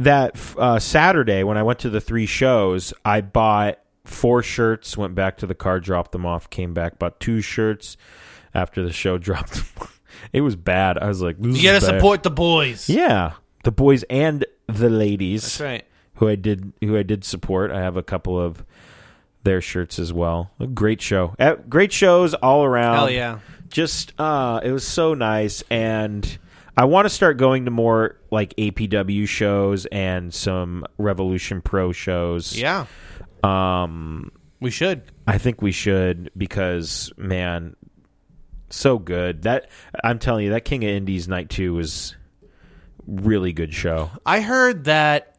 Speaker 4: that uh, Saturday when I went to the three shows, I bought four shirts, went back to the car, dropped them off, came back, bought two shirts after the show, [LAUGHS] dropped them. off. it was bad. I was like, this
Speaker 5: you
Speaker 4: is
Speaker 5: gotta
Speaker 4: bad.
Speaker 5: support the boys.
Speaker 4: yeah, the boys and the ladies
Speaker 5: that's right.
Speaker 4: who I did who I did support. I have a couple of their shirts as well. A great show, Eh, great shows all around.
Speaker 5: Hell yeah.
Speaker 4: Just uh, it was so nice, and I want to start going to more like APW shows and some Revolution Pro shows.
Speaker 5: Yeah,
Speaker 4: Um,
Speaker 5: we should.
Speaker 4: I think we should because man, so good that I'm telling you that King of Indies night two was really good show.
Speaker 5: I heard that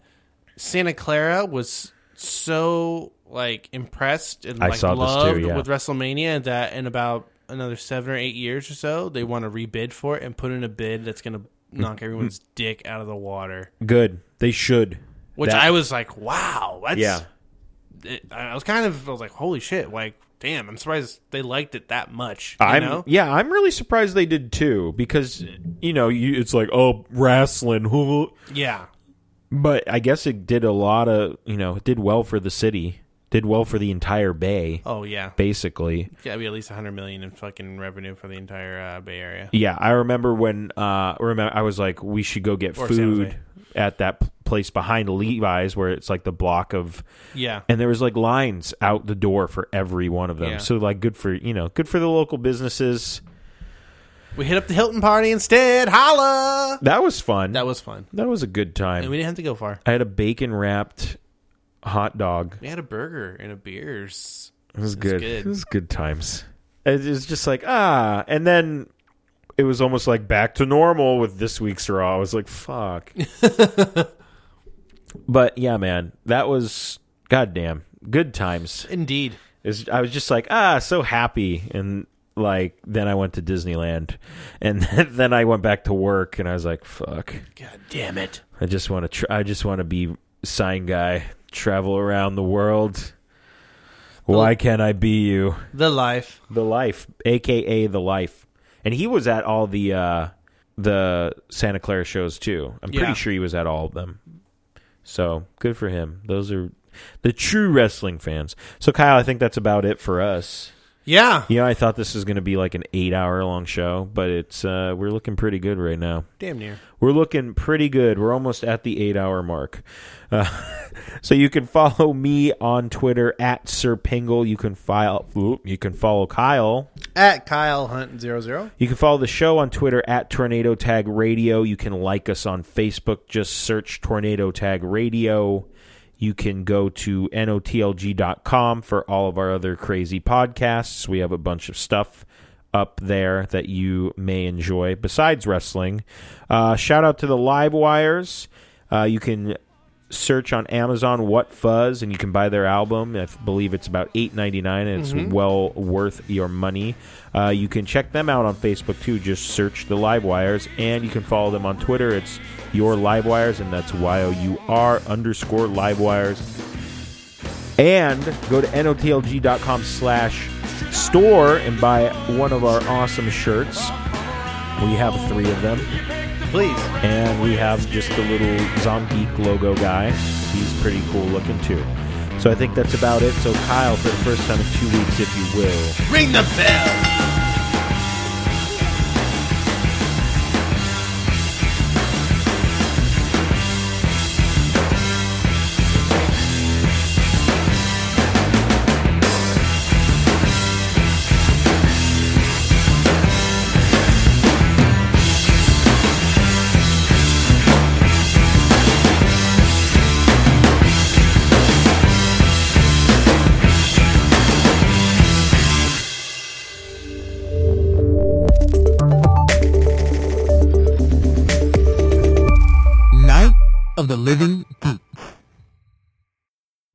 Speaker 5: Santa Clara was so like impressed and
Speaker 4: I
Speaker 5: like
Speaker 4: saw this too,
Speaker 5: loved
Speaker 4: yeah.
Speaker 5: with WrestleMania that in about another seven or eight years or so they want to rebid for it and put in a bid that's gonna knock
Speaker 4: Mm-hmm.
Speaker 5: everyone's dick out of the water.
Speaker 4: Good, they should.
Speaker 5: Which
Speaker 4: That-
Speaker 5: I was like, wow, that's
Speaker 4: yeah.
Speaker 5: it- I was kind of I was like, holy shit, like damn, I'm surprised they liked it that much. You
Speaker 4: I'm
Speaker 5: know?
Speaker 4: yeah, I'm really surprised they did too because you know you, it's like oh wrestling, [LAUGHS] who-
Speaker 5: yeah,
Speaker 4: but I guess it did a lot of you know it did well for the city, did well for the entire bay
Speaker 5: oh yeah,
Speaker 4: basically.
Speaker 5: it's gotta be at least 100 million in fucking revenue for the entire uh, Bay Area.
Speaker 4: Yeah, I remember when uh remember I was like we should go get
Speaker 5: Or San
Speaker 4: food
Speaker 5: Jose.
Speaker 4: at that p- place behind Levi's where it's like the block of
Speaker 5: Yeah,
Speaker 4: and there was like lines out the door for every one of them.
Speaker 5: Yeah.
Speaker 4: So like good for you know good for the local businesses.
Speaker 5: we hit up the Hilton party instead. Holla!
Speaker 4: That was fun.
Speaker 5: That was fun,
Speaker 4: that was a good time.
Speaker 5: and we didn't have to go far.
Speaker 4: I had a bacon wrapped hot dog.
Speaker 5: We had a burger and a beers.
Speaker 4: It was
Speaker 5: It was
Speaker 4: good.
Speaker 5: good.
Speaker 4: It was good times. It was just like ah, and then it was almost like back to normal with this week's Raw. I was
Speaker 5: [LAUGHS]
Speaker 4: like, fuck. but yeah, man, that was goddamn good times.
Speaker 5: Indeed,
Speaker 4: It's- I was just like ah, so happy, and like then I went to Disneyland, and [LAUGHS] then I went back to work, and I was like, fuck.
Speaker 5: god damn it.
Speaker 4: I just want to. Tr- I just want to be sign guy, travel around the world. Why can't I be you?
Speaker 5: The life.
Speaker 4: The life, aka the life, and he was at all the uh, the Santa Clara shows too. I'm
Speaker 5: Yeah.
Speaker 4: pretty sure he was at all of them. So good for him. Those are the true wrestling fans. So Kyle, I think that's about it for us.
Speaker 5: Yeah.
Speaker 4: Yeah, I thought this was going to be like an eight hour long show, but it's uh, we're looking pretty good right now.
Speaker 5: Damn near.
Speaker 4: We're looking pretty good. We're almost at the eight hour mark. Uh, [LAUGHS] so you can follow me on Twitter at Sir Pingle. You can file. oop, You can follow Kyle.
Speaker 5: At Kyle Hunt zero zero.
Speaker 4: You can follow the show on Twitter at Tornado Tag Radio. You can like us on Facebook. Just search Tornado Tag Radio. You can go to notlg.com for all of our other crazy podcasts. We have a bunch of stuff up there that you may enjoy besides wrestling. Uh, shout out to the Live Wires. Uh, you can search on Amazon "What Fuzz" and you can buy their album. I f- believe it's about eight ninety nine, and it's well worth your money. Uh, you can check them out on Facebook too. Just search the Live Wires, and you can follow them on Twitter. It's your Live Wires, and that's y o u r underscore Live Wires. And go to notlg.com slash store and buy one of our awesome shirts. We have three of them.
Speaker 5: Please.
Speaker 4: And we have just the little Zomgeek logo guy. He's pretty cool looking too. So I think that's about it. So Kyle, for the first time in two weeks, if you will.
Speaker 5: Ring the bell.
Speaker 6: of the Living Geek.